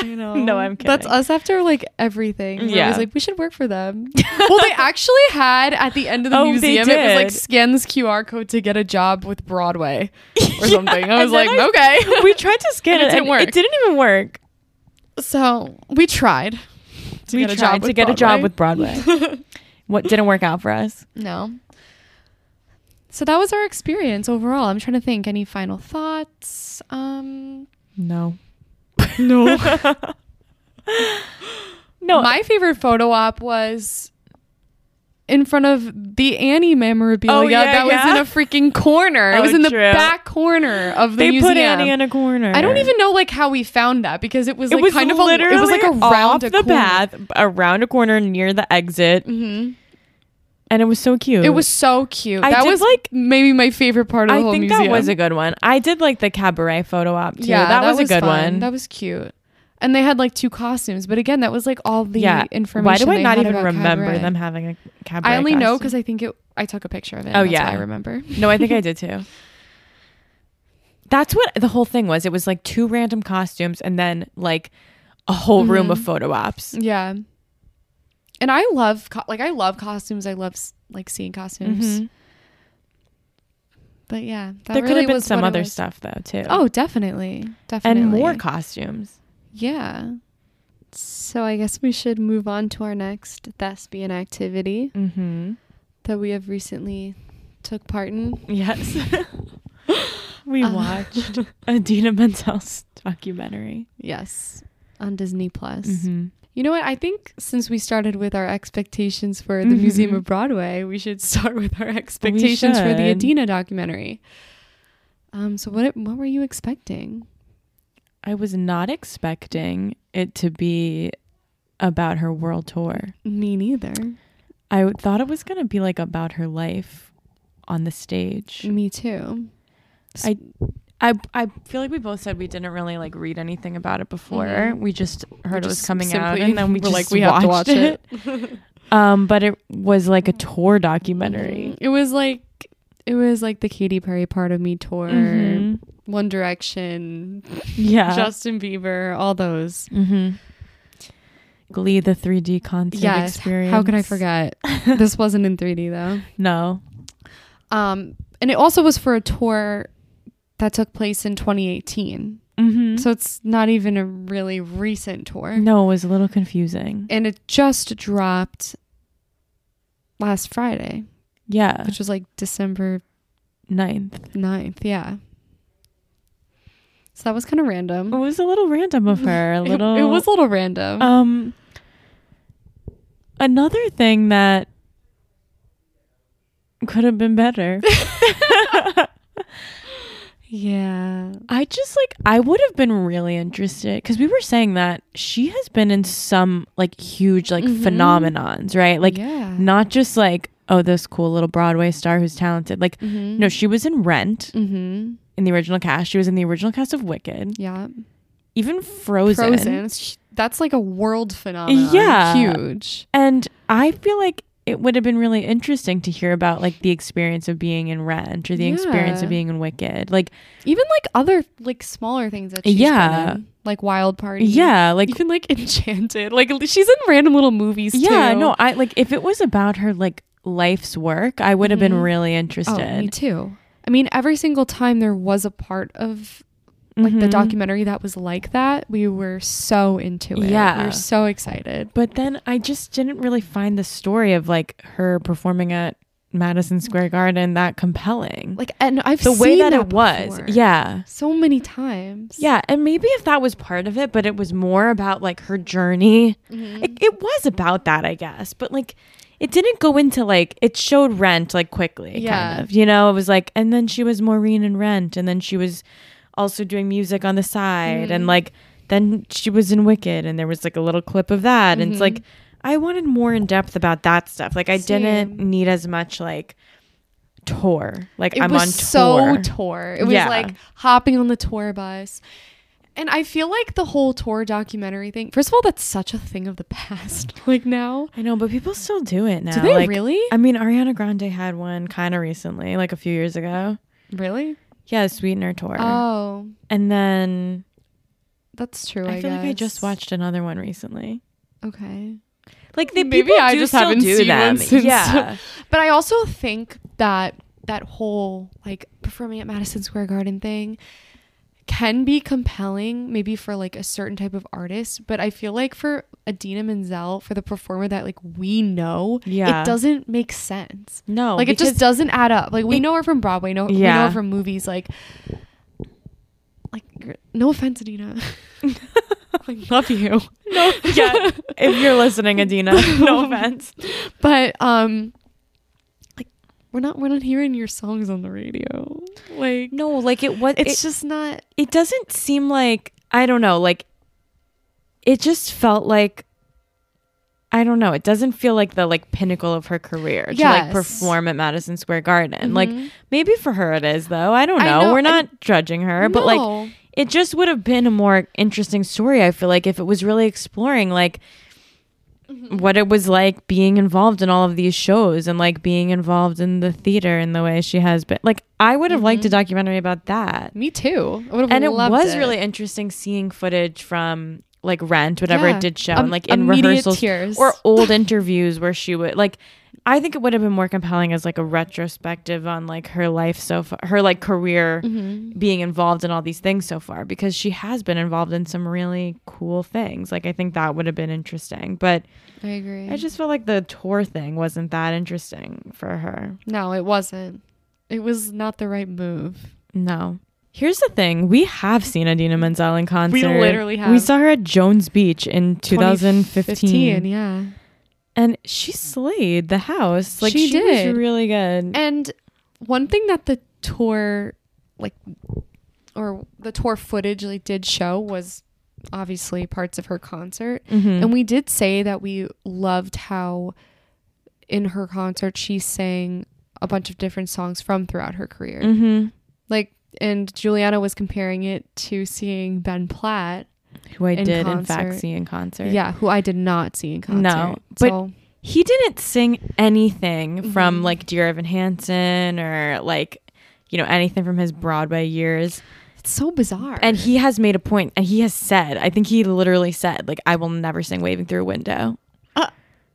You know.
No, I'm
That's
kidding.
us after like everything. We're always
Yeah.
like we should work for them. well, they actually had at the end of the
Oh, they
museum, it was like
did.
scan this QR code to get a job with Broadway or
Yeah,
something. I was
and then
like,
I-
okay.
we tried to scan
And
it.
it didn't
and
work.
It didn't even work.
so we tried. To
we
get a job
tried to
with
get a job with
Broadway.
Broadway. what didn't work out for us?
No. So that was our experience overall. I'm trying to think. Any final thoughts? Um,
No.
no.
No.
My favorite photo op was in front of the Annie memorabilia
Oh, yeah,
that
yeah.
was in a freaking corner. it
Oh,
was in the
true.
back corner of the
they
museum.
put Annie in a corner.
I don't even know like how we found that because it was
It
like
was
kind of a,
literally
it was like around
off
a
the
corner.
path, around a corner near the exit,
hmm
and it was so cute.
It was so cute.
I
that
did
was like
like-
maybe my favorite part of
I
the whole
think
museum.
that was a good one. I did like the cabaret photo op too.
yeah,
that, was, a good
fun.
one.
That was cute. And they had like two costumes, but again, that was like all the
yeah.
information.
Why do I
they
not
had
even
about
remember
cabaret.
them having a cabaret?
I only know
costume?
because I think it. I took a picture of it.
Oh,
that's
yeah.
why I remember.
No, I think I did too. That's what the whole thing was. It was like two random costumes and then like a whole room
Mm-hmm.
of photo ops.
Yeah. And I love co- like I love costumes. I love s- like seeing costumes.
Mhm.
But yeah, Mm-hmm. that
There could
really
have been
was
some
what it
other
was.
stuff though too.
Oh, definitely, definitely,
and more costumes.
yeah. So I guess we should move on to our next thespian activity
Mm-hmm.
that we have recently took part in.
Yes. we
Uh.
watched Adina Menzel's documentary.
Yes, on Disney Plus.
Mm-hmm.
You know what? I think since we started with our expectations for the Museum
Mhm.
of Broadway, we should start with our expectations for the
should.
Adina documentary. Um, so what what were you expecting?
I was not expecting it to be about her world tour.
Me neither.
I thought it was going to be like about her life on the stage.
Me too.
I I feel like we both said we didn't really like read anything about it before.
Mhm.
We just heard it was
just
coming out,
simply
and then we
were
just
like, "We have
watched
to watch
it. um, but it was like a tour documentary.
Mm-hmm. It was like it was like the Katy Perry part of me tour, Mm-hmm.
Mhm.
One Direction,
Yeah.
Justin Bieber, all those.
Mhm. Glee, the 3D concert
Yes.
experience.
How could I forget? this wasn't in 3D though.
No.
Um, and it also was for a tour that took place in 2018.
Mm-hmm.
So it's not even a really recent tour.
no, it was a little confusing.
And it just dropped last Friday,
Yeah,
which was like December
ninth.
9th. Yeah. So that was kind of
It
random.
was a little random of her. Oh, A
It-
little.
It, was a little random.
Um, another thing that could have been better.
yeah.
I just like I would have been really interested because we were saying that she has been in some like huge like
Mhm.
phenomenons, right? Like
yeah.
not just like oh this cool little Broadway star who's talented. Like
mm-hmm.
no, she was in Rent
Mm-hmm.
in the original cast. She was in the original cast of Wicked,
Yeah.
even Frozen.
Frozen. She, that's like a world phenomenon.
Yeah.
huge.
And I feel like it would have been really interesting to hear about like the experience of being in Rent or the experience
Yeah.
of being in Wicked. Like,
Even like other like smaller things that she's yeah,
Yeah.
like Wild Party.
yeah, like,
even like Enchanted. Like she's in random little movies.
yeah,
too.
no, I like if it was about her like life's work, I would have been
Mhm.
really
Oh,
interested.
me too. I mean, every single time there was a part of like the
Mhm.
documentary that was like that, we were so into it. we
Yeah.
were so excited.
But then I just didn't really find the story of like her performing at Madison Square Garden that compelling.
Mm. Like, and I've
the way
seen
that, it was.
before
Yeah.
so many times.
Yeah. And maybe if that was part of it, but it was more about like her journey.
Mhm.
It, it was about that, I guess. But like it didn't go into like it showed rent like quickly,
Yeah.
kind of. You know, it was like and then she was Maureen in Rent, and then she was also doing music on the side
Mm.
and like then she was in Wicked and there was like a little clip of that. And it's like I wanted more in depth about that stuff. Like I didn't
Mm-hmm. Same.
need as much like tour. Like
It
I'm
was
on
so
tour.
tour. It was
Yeah.
like hopping on the tour bus. And I feel like the whole tour documentary thing, first of all, that's such a thing of the past. Like now.
I know, but people still do it now.
Do they
like,
really?
I mean, Ariana Grande had one kind of recently, like a few years ago.
Really?
Yeah, Sweetener tour.
Oh,
and then
that's true. I,
I feel like I
guess.
just watched another one recently.
Okay.
Like they
Maybe
people
I
do
just
still
haven't
do
seen
them.
one since-
yeah.
But I also think that that whole like performing at Madison Square Garden thing can be compelling maybe for like a certain type of artist, but I feel like for Adina Menzel, for the performer that like we know,
Yeah.
it doesn't make sense.
No,
like it just
Oh, because-
doesn't add up. Like we
it-
know her from Broadway, no, we know
Yeah.
her from movies. Like, like you're- no offense, Adina, like love you.
no. Yeah, if you're listening, Adina, no offense.
but um like we're not we're not hearing your songs on the radio like
No, like it was.
it's
It's it,
just not
it doesn't seem like I don't know. Like it just felt like I don't know. It doesn't feel like the like pinnacle of her career to
Yes.
like perform at Madison Square Garden.
Mhm.
Like maybe for her it is though. I don't
I
know.
know,
We're
and-
not judging her, but like
No.
it just would have been a more interesting story. I feel like if it was really exploring like
mm-hmm.
what it was like being involved in all of these shows and like being involved in the theater in the way she has been. Like I would have liked a
Mm-hmm.
documentary about that.
me too I would've
And it
loved
was really interesting seeing footage from like Rent, whatever
Yeah.
it did show,
Um,
and like in
immediate
rehearsals
tears.
or old interviews where she would like. I think it would have been more compelling as like a retrospective on like her life so far, her like career
Mm-hmm.
being involved in all these things so far, because she has been involved in some really cool things. Like I think that would have been interesting, but
i agree
I just felt like the tour thing wasn't that interesting for her.
no it wasn't it was not the right move
No. Here's the thing: we have seen Adina Menzel in concert.
literally
We
have.
saw her at Jones Beach in 2015,
15 yeah
and she slayed the house. Like
She
she,
did.
was really good.
and one thing that the tour like or the tour footage like did show was obviously parts of her concert
Mhm.
And we did say that we loved how in her concert she sang a bunch of different songs from throughout her career.
mm-hmm.
Like and Juliana was comparing it to seeing Ben Platt,
Who I
In
did in
concert.
fact see in concert.
yeah, who I did not see in concert.
No, but-
so,
He didn't sing anything
Mhm.
from like Dear Evan Hansen or like you know anything from his Broadway years.
it's so bizarre.
And he has made a point, and he has said, I think he literally said, like, I will never sing Waving Through a Window.
Uh,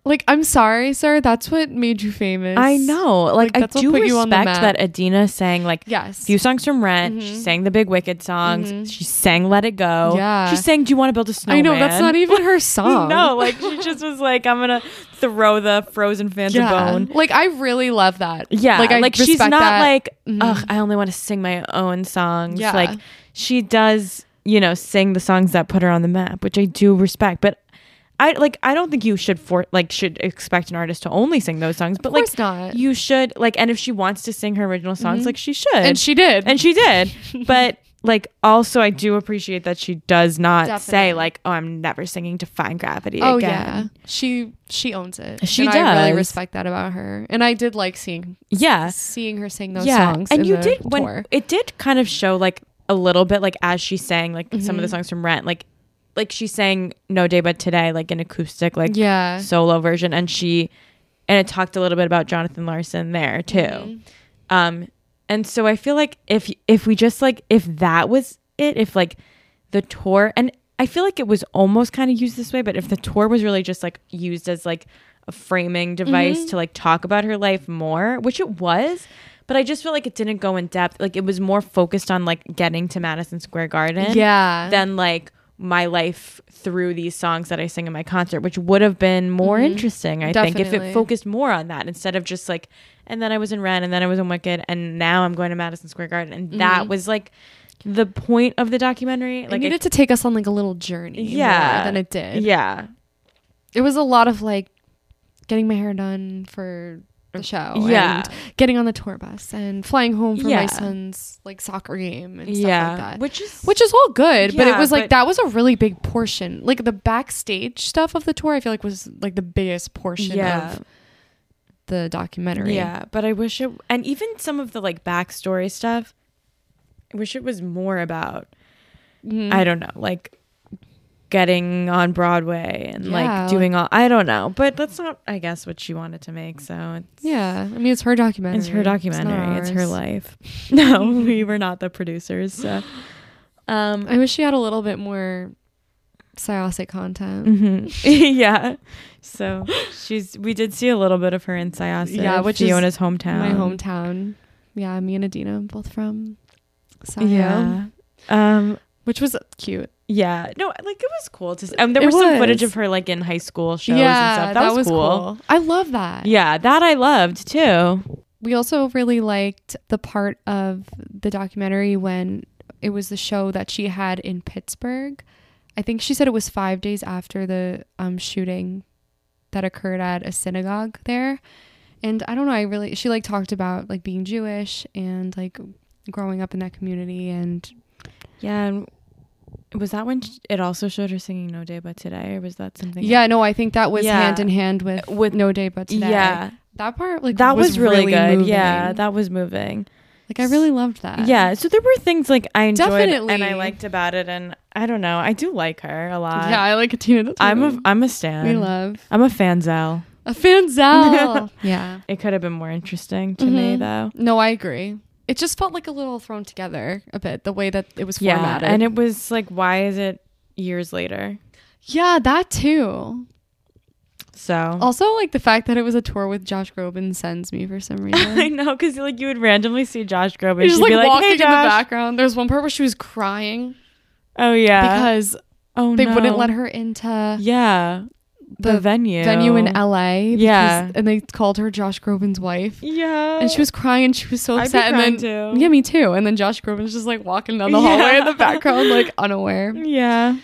like I'm sorry, sir, that's what made you famous.
I know. Like,
that's
I
what
do
put you on
respect
the map.
that Adina sang, like,
Yes.
few songs from Rent. She
Mm-hmm.
sang the Big Wicked songs.
Mhm.
She sang Let It Go.
Yeah.
She sang Do You Want to Build a Snowman?
I know that's not even her song.
No, like, she just was like, I'm going to throw the frozen fans
yeah.
a bone.
Like I really love that.
Yeah,
Like I
she's
respect
not
that.
like,
Mhm.
ugh, I only want to sing my own songs.
Yeah.
Like she does, you know, sing the songs that put her on the map, which I do respect. But I like I don't think you should for like should expect an artist to only sing those songs. But
of
like
course not. Mm-hmm.
you should like and if she wants to sing her original songs, like she should.
and she did.
and she did. but like also I do appreciate that she does not
Definitely.
say like, Oh, I'm never singing Define Gravity
Oh
again.
yeah, she she owns it.
She
and I really
does.
respect that about her, and I did like seeing
Yeah.
seeing her sing those songs.
And
in
you
the
did when
tour. Mm-hmm.
it did kind of show like a little bit like as she sang like some of the songs from Rent, like like she sang No Day But Today, like an acoustic, like
yeah.
solo version, and she and it talked a little bit about Jonathan Larson there too.
Mhm.
Um, and so I feel like if if we just like if that was it, if like the tour, and I feel like it was almost kind of used this way, but if the tour was really just like used as like a framing device to like talk about her life more, which it was. But I just feel like it didn't go in depth. Like it was more focused on like getting to Madison Square Garden
Yeah.
than like my life through these songs that I sing in my concert, which would have been more interesting, I think,
Mm-hmm.
if
Definitely.
it focused more on that instead of just like, and then I was in Ren, and then I was in Wicked, and now I'm going to Madison Square Garden, and
Mm-hmm.
that was like the point of the documentary.
it
Like,
needed to take us on like a little journey.
Yeah.
More than it did.
yeah,
It was a lot of like getting my hair done for the show.
Mm, Yeah.
Oh, And getting on the tour bus and flying home for
Yeah.
my son's like soccer game and stuff
yeah,
like that.
which is
which is all good but it
Yeah,
was like
but-
that was a really big portion like the backstage stuff of the tour i feel like was like the biggest portion
yeah.
of the documentary
Yeah, but I wish it, and even some of the like backstory stuff, I wish it was more about,
Mm-hmm. Mm.
I don't know, like getting on Broadway and
Yeah,
like
like-
doing all, I don't know, but that's not, I guess, what she wanted to make. So it's,
yeah i mean it's her documentary
it's her
not
documentary, it's, her
ours.
life. No, we were not the producers. So, um,
i wish she had a little bit more psiosic content
mhm. yeah. So she's, we did see a little bit of her in Syosset,
Yeah, which is
Fiona's hometown.
my hometown yeah me and adina both from Sayo,
Yeah. Um,
which was cute
Yeah, no, like it was cool to. See. Um, there
It
was, some footage
was.
of her like in high school shows
yeah
and stuff. That, was, cool.
i love that
Yeah, that I loved too.
We also really liked the part of the documentary when it was the show that she had in Pittsburgh. I think she said it was five days after the um, shooting that occurred at a synagogue there. And I don't know, I really, she like talked about like being Jewish and like growing up in that community. And
Yeah, and was that when sh- it also showed her singing "No Day But Today"? Or was that something?
yeah, no, I think that was
Yeah. Uh,
hand in hand with,
With-
with No Day But Today.
yeah,
That part, like,
that was, really, good. Yeah,
moving.
that was moving.
like, I really loved that.
yeah, so there were things like I enjoyed and I
Definitely.
liked about it, and I don't know, I do like her a lot.
Yeah, I like Katina.
I'm a I'm a Uh, stan.
We love.
I'm a fanzel.
A fanzal. yeah.
It could have been more interesting to me
Mhm.
though.
No, I agree. It just felt like a little thrown together a bit, the way that it was formatted.
Yeah, and it was like, why is it years later?
yeah, that too.
So
Also, like the fact that it was a tour with Josh Groban sends me for some
I
reason.
know, because like you would randomly see Josh Groban.
She's
She'd
just like,
be like,
walking
hey,
in the
Josh.
background. There's one part where she was crying
Oh yeah,
because
oh
they
no.
wouldn't let her into
Yeah, the,
the
venue.
venue in LA. because-
Yeah.
and they called her Josh Groban's wife.
Yeah,
And she was crying and she was so
I'd be
upset. and
crying
then
too.
Yeah, me too. And then Josh Groban's just like walking down the
Yeah. Mm.
hallway in the background, like unaware.
Yeah.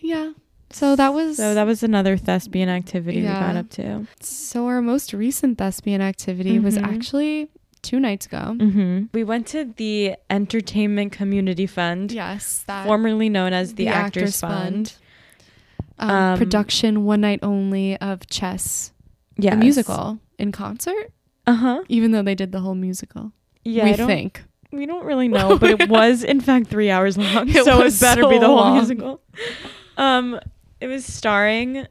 Yeah. So that was
So that was another thespian activity we got
Yeah.
up to.
So our most recent thespian activity was
Mhm.
actually two nights ago.
Mm-hmm. We went to the Entertainment Community Fund,
Yes, that
formerly known as the, Actors, Fund.
Um,
Um,
production one night only of Chess,
Yeah,
the musical in concert.
Uh huh.
Even though they did the whole musical,
Yeah,
we
I don't,
think
we don't really know, but it was in fact three hours long,
It
so
was
it better be
so
the whole
long.
musical. Um, it was starring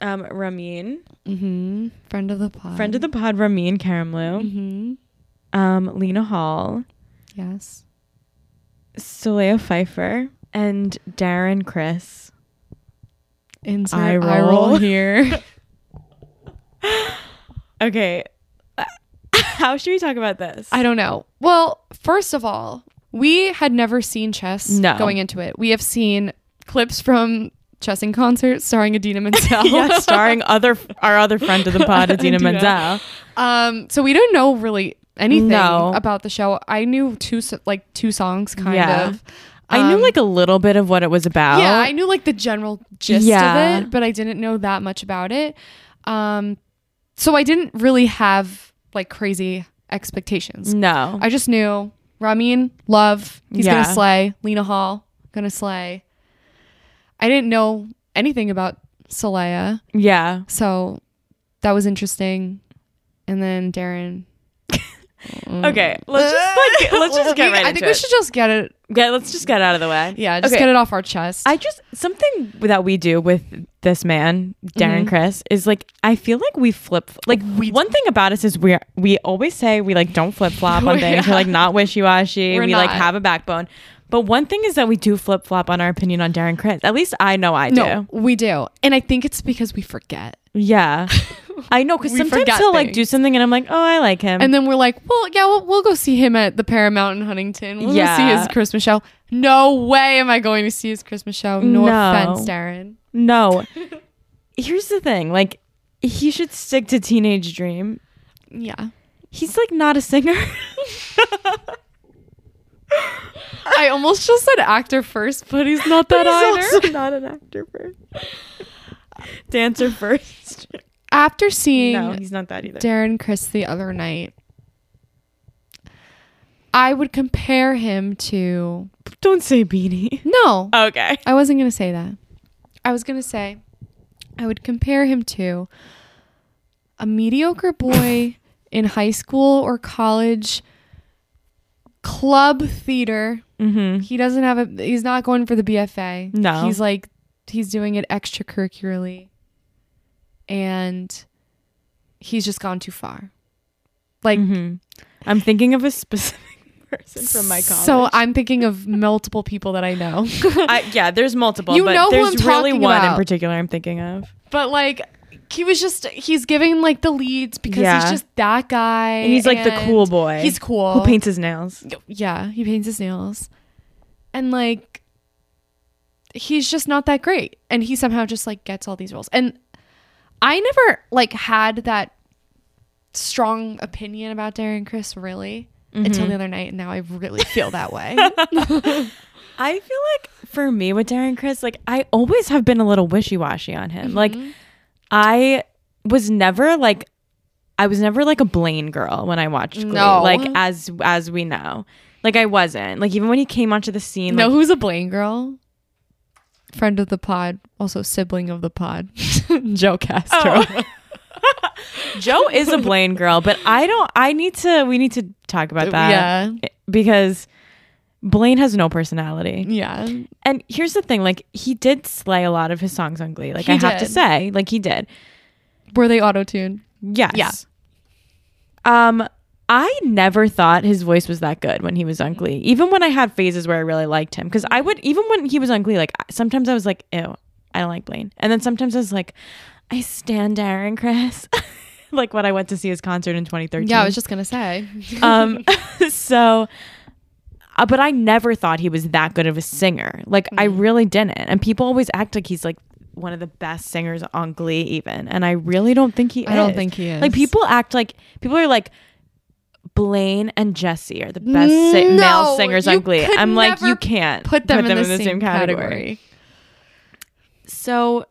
um Ramin,
mm-hmm. friend of the pod,
friend of the pod, Ramin Karamlu,
mm-hmm.
um, Lena Hall,
yes,
Soleil Pfeiffer, and Darren Chris.
insert
Eye
eye roll,
roll.
here.
Okay, uh, how should we talk about this?
I don't know. Well, first of all, we had never seen Chess
No.
going into it. We have seen clips from Chess in concert starring Adina Menzel.
yeah, starring other our other friend of the pod, Adina
Idina.
Menzel.
Um, so we didn't know really anything
No.
about the show. I knew two so- like two songs kind
Yeah.
of.
I knew
Um,
like a little bit of what it was about.
yeah, I knew like the general gist
Yeah.
of it, but I didn't know that much about it. Um, so I didn't really have like crazy expectations.
no,
I just knew Ramin, love, he's
Yeah.
gonna slay. Lena Hall, gonna slay. I didn't know anything about Saleya,
yeah,
so that was interesting. And then Darren
Okay, let's just like let's just get
We-
right
I
into
think
it.
we should just get it.
Yeah, let's just get out of the way.
Yeah, just
Okay.
get it off our chest.
I just something that we do with this man Darren
Mhm.
Chris is like I feel like we flip like
Oh, We-
one thing about us is we are we always say we like don't flip flop on things we're like not wishy washy
We're
we like
not.
have a backbone but one thing is that we do flip flop on our opinion on Darren Chris at least I know I
no,
do
we do, and I think it's because we forget,
yeah I know because
We
sometimes he'll
forget
like do
things.
something and I'm like oh I like him
and then we're like, well, yeah, we'll, we'll go see him at the Paramount in Huntington. We'll go see
Yeah.
his Christmas show. No way am I going to see his Christmas show. No,
No.
offense, Darren.
no here's the thing like he should stick to Teenage Dream
Yeah,
he's like not a singer.
I almost just said actor first, but he's not that either.
not an actor first. Dancer first.
After seeing
No, he's not that either.
Darren Chris the other night, I would compare him to.
Don't say beanie.
No,
Okay.
I wasn't going to say that. I was going to say I would compare him to a mediocre boy in high school or college club theater.
Mm-hmm.
He doesn't have a he's not going for the BFA.
No.
He's like he's doing it extracurricularly. And he's just gone too far. Like
Mm-hmm. I'm thinking of a specific person from my college.
So I'm thinking of multiple people that I know.
I, yeah, there's multiple.
You
but
know who
there's
I'm
really
talking
one in
about.
particular I'm thinking of.
But like he was just he's giving like the leads because
Yeah.
he's just that guy.
And he's like the
and
cool boy.
He's cool.
who paints his nails.
Yeah, he paints his nails. And like he's just not that great. And he somehow just like gets all these roles. And I never like had that strong opinion about Darren Chris really until
Mm-hmm.
the other night and now I really feel that way.
I feel like for me with Darren Chris, like I always have been a little wishy washy on him. Like
Mm-hmm.
I was never like I was never like a Blaine girl when I watched Glee.
No.
Like as as we know. Like I wasn't. Like even when he came onto the scene,
know
like
who's a Blaine girl? Friend of the pod, also sibling of the pod, Joe Castro.
Joe is a Blaine girl, but I don't I need to we need to talk about that.
yeah,
Because Blaine has no personality.
yeah.
And here's the thing, like he did slay a lot of his songs on Glee. Like
He
I have to
did.
say, like he did.
Were they auto tuned?
Yes. Um, I never thought his voice was that good when he was on Glee. Even when I had phases where I really liked him, because I would even when he was on Glee, like I- sometimes I was like, "Ew, I don't like Blaine," and then sometimes I was like, "I stand Darren Chris," like when I went to see his concert in 2013.
Yeah, I was just gonna say.
um, so. Uh, but I never thought he was that good of a singer. Like I
Mm.
really didn't. And people always act like he's like one of the best singers on Glee, even. And I really don't think he.
I don't
is.
think he is.
Like people act like people are like Blaine and Jesse are the best si- male
No,
singers
you
on Glee.
could
I'm like
never
you can't
put them, in, the same, category.
So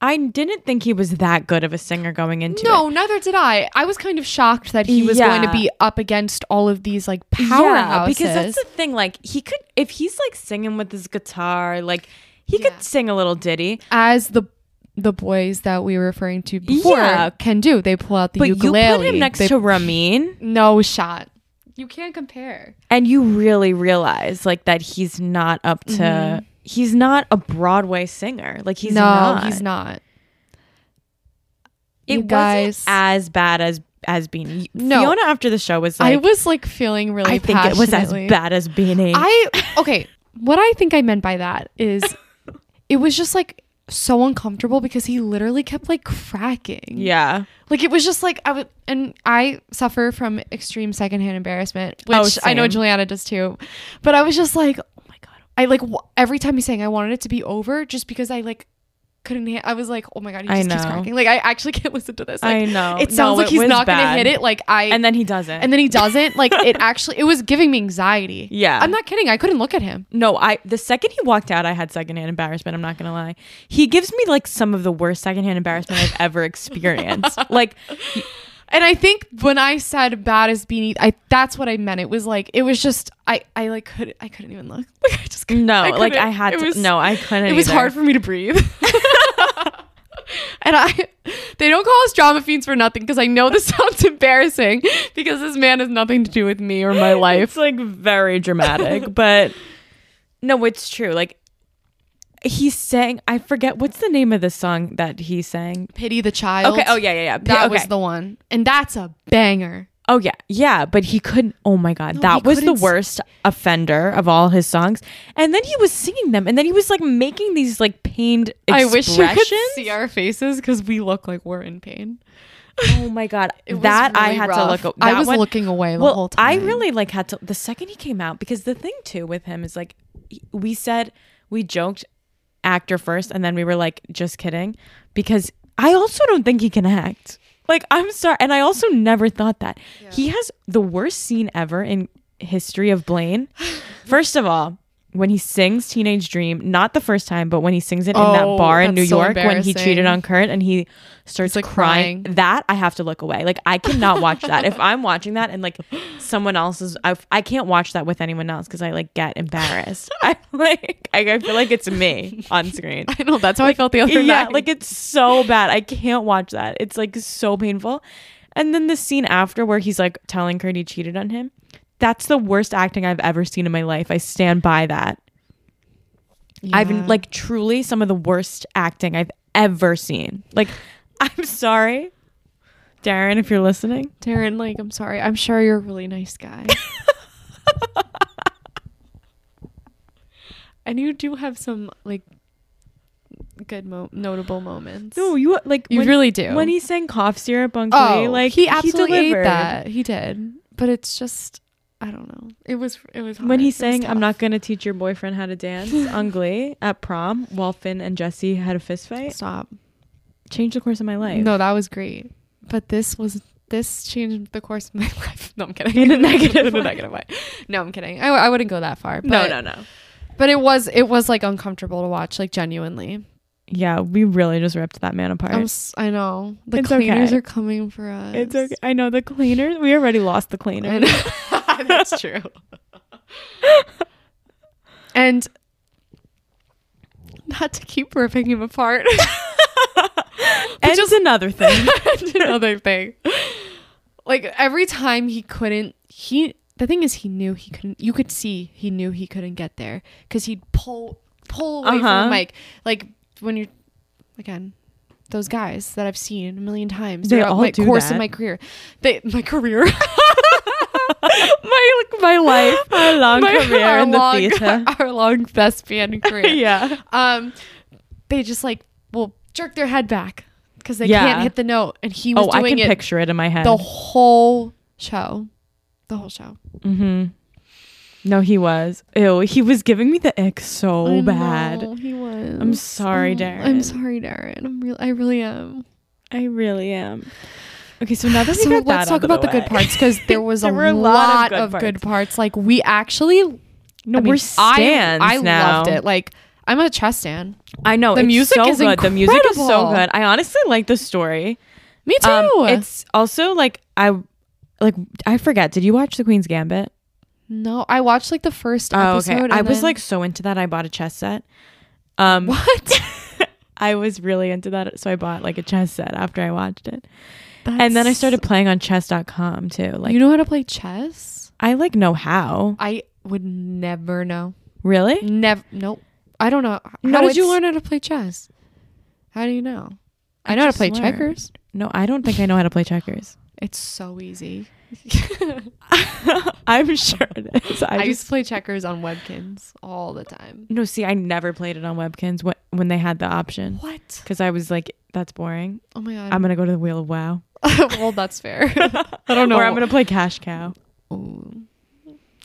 I didn't think he was that good of a singer going into it.
No, neither did I. I was kind of shocked that he was going
Yeah.
to be up against all of these like
Yeah,
powerhouses.
because that's the thing. Like he could, if he's like singing with his guitar, like he
Yeah.
could sing a little ditty.
as the the boys that we were referring to before
Yeah.
can do. They pull out the
But
ukulele.
you put him next
They-
to Ramin,
no shot. You can't compare.
and you really realize like that he's not up to. He's not a Broadway singer. Like he's
Mm-hmm. no,
not.
he's not.
it
You
wasn't
guys-
as bad as as Beanie.
No.
Fiona after the show was
I
like,
was like feeling really.
I think it was as
passionately.
bad as Beanie.
I okay. What I think I meant by that is, it was just like so uncomfortable because he literally kept like cracking.
yeah,
Like it was just like I would, and I suffer from extreme secondhand embarrassment, which
Oh,
I know
same.
Juliana does too. But I was just like, oh my god! I like w- every time he sang, I wanted it to be over, just because I like couldn't. Ha- I was like, oh my god, he
I
just keeps
know.
cracking. Like I actually can't listen to this. Like,
I know.
It
No,
sounds like
it
he's
was
not
bad.
gonna hit it. Like I
and then he doesn't.
and then he doesn't. like it actually, it was giving me anxiety.
Yeah.
I'm not kidding. I couldn't look at him.
No, I the second he walked out, I had secondhand embarrassment. I'm not gonna lie. He gives me like some of the worst secondhand embarrassment I've ever experienced. like,
And I think when I said baddest beanie, I that's what I meant. It was like it was just I I like could I couldn't even look. Like I just couldn't-
no, like
couldn't.
I had
It
to.
was-
no, I couldn't.
It was
either.
hard for me to breathe. and I They don't call us drama fiends for nothing because I know this sounds embarrassing because this man has nothing to do with me or my life.
It's like very dramatic, but no, it's true. Like he sang, I forget what's the name of the song that he sang.
Pity the child.
Okay. Oh yeah, yeah, yeah.
That
okay.
was the one. And that's a banger.
oh yeah, yeah. But he couldn't. Oh my god,
No, he
that was the
couldn't s-
worst offender of all his songs. And then he was singing them, and then he was like making these like pained
I
expressions.
wish you could see our faces because we look like we're in pain.
Oh my god,
It was
that I
really
had
rough.
to look. That
I was
one,
looking away the
well,
whole time.
I really like had to the second he came out because the thing too with him is like he- we said we joked actor first and then we were like just kidding because I also don't think he can act. Like I'm sorry and I also never thought that. He has the worst scene ever in history of Blaine. First of all, when he sings Teenage Dream, not the first time, but when he sings it in
Oh,
that bar
that's
in New
so
York when he cheated
embarrassing.
on Kurt and he starts
He's, like,
crying.
crying.
That I have to look away. Like I cannot watch that. if I'm watching that and like someone else is, I, I can't watch that with anyone else because I like get embarrassed. I like I, I feel like it's me on screen.
I know that's how I felt the other
yeah,
night.
like it's so bad. I can't watch that. It's like so painful. And then the scene after where he's like telling Kurt he cheated on him. That's the worst acting I've ever seen in my life. I stand by that. I've
Yeah.
like truly some of the worst acting I've ever seen. Like, I'm sorry, Darren, if you're listening.
Darren, like, I'm sorry. I'm sure you're a really nice guy. and you do have some like good mo- notable moments.
No, you like
you
when,
really do.
when he sang cough syrup on Glee,
oh,
like
he absolutely ate
delivered.
that. He did, but it's just I don't know. It was it was hard.
When
It
he
was
sang "I'm
tough.
not gonna teach your boyfriend how to dance" on Glee at prom, while Finn and Jesse had a fist fight,
stop.
changed the course of my life.
No, that was great, but this was this changed the course of my life. No, I'm kidding.
In a negative
in a
way.
negative way. No, I'm kidding. I, I wouldn't go that far. But,
no, no, no.
But it was it was like uncomfortable to watch, like genuinely.
Yeah, we really just ripped that man apart.
I'm s- I know. The
It's
cleaners
okay.
are coming for us.
it's okay. I know the cleaners. We already lost the cleaners.
And- That's true. and not to keep ripping him apart.
and just another thing.
another thing. Like every time he couldn't, he the thing is he knew he couldn't. You could see he knew he couldn't get there because he'd pull pull away from
Uh-huh.
the mic. Like when you're again, those guys that I've seen a million times
They
throughout
all
my
do
course
that.
of my career. They my career.
my like, my life, my long career
our
in the
long-
theater.
Our long thespian career.
yeah,
Um, they just like will jerk their head back because they
Yeah.
can't hit the note, and he was
Oh, I
doing
can
it
picture it in my head.
the whole show. The whole show.
hmm No, he was. Ew, he was giving me the ick so bad.
he was. Oh,
I'm sorry,
I'm
Darren.
sorry, Darren. I'm real. I really am.
I really am. Okay, so now that
So
we
let's
got that out
talk
of
about the,
way-
good parts because there was
There
a,
were
lot of, good, parts. Like we actually,
No,
I mean,
we're
I-
stands
I,
now.
loved it. Like I'm a chess stan.
I know
The
it's
music
so
is
good. The music is so
incredible.
good. I honestly like the story.
Me too.
Um, it's also like I, like I forget. Did you watch The Queen's Gambit?
no, I watched like the first episode. Oh, and
Oh, I was
then-
like so into that. I bought a chess set. Um,
what?
I was really into that, so I bought like a chess set after I watched it, and then I started playing on chess.com too. Like
you know how to play chess?
I like know how.
I would never know.
Really?
Never. Nope. I don't know. How
No,
did you
it's-
learn how to play chess? How do you know? I,
I
know how to
just
play
learned.
checkers.
No, I don't think I know how to play checkers.
It's so easy.
I'm sure it is.
I,
I,
used
just
to play checkers on Webkins all the time.
no. See, I never played it on Webkins when when they had the option
What?
because I was like, that's boring.
Oh my god.
I'm gonna go to the Wheel of Wow.
well, that's fair. I don't know.
Or I'm gonna play Cash Cow.
Ooh.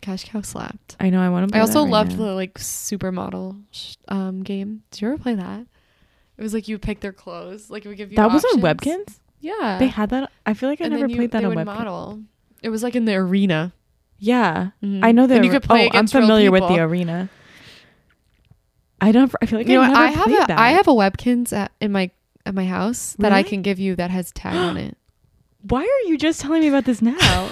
Cash cow slapped.
I know I want to.
I also loved
now.
the like supermodel sh- um game. Did you ever play that? It was like you pick their clothes. Like it would give you
that was
options.
on Webkins.
Yeah.
They had that. I feel like I
and
never
then you,
played that
they
on
would
Webkins.
model. It was like in the arena.
Yeah. I know that
And you could play
oh, I'm
against real
familiar with the
people.
arena. I don't. I feel like
You know,
I
what?
never
I have
played
a I
that.
have a Webkins at, in my at my house that I
Really?
can give you that has tag on it.
Why are you just telling me about this now?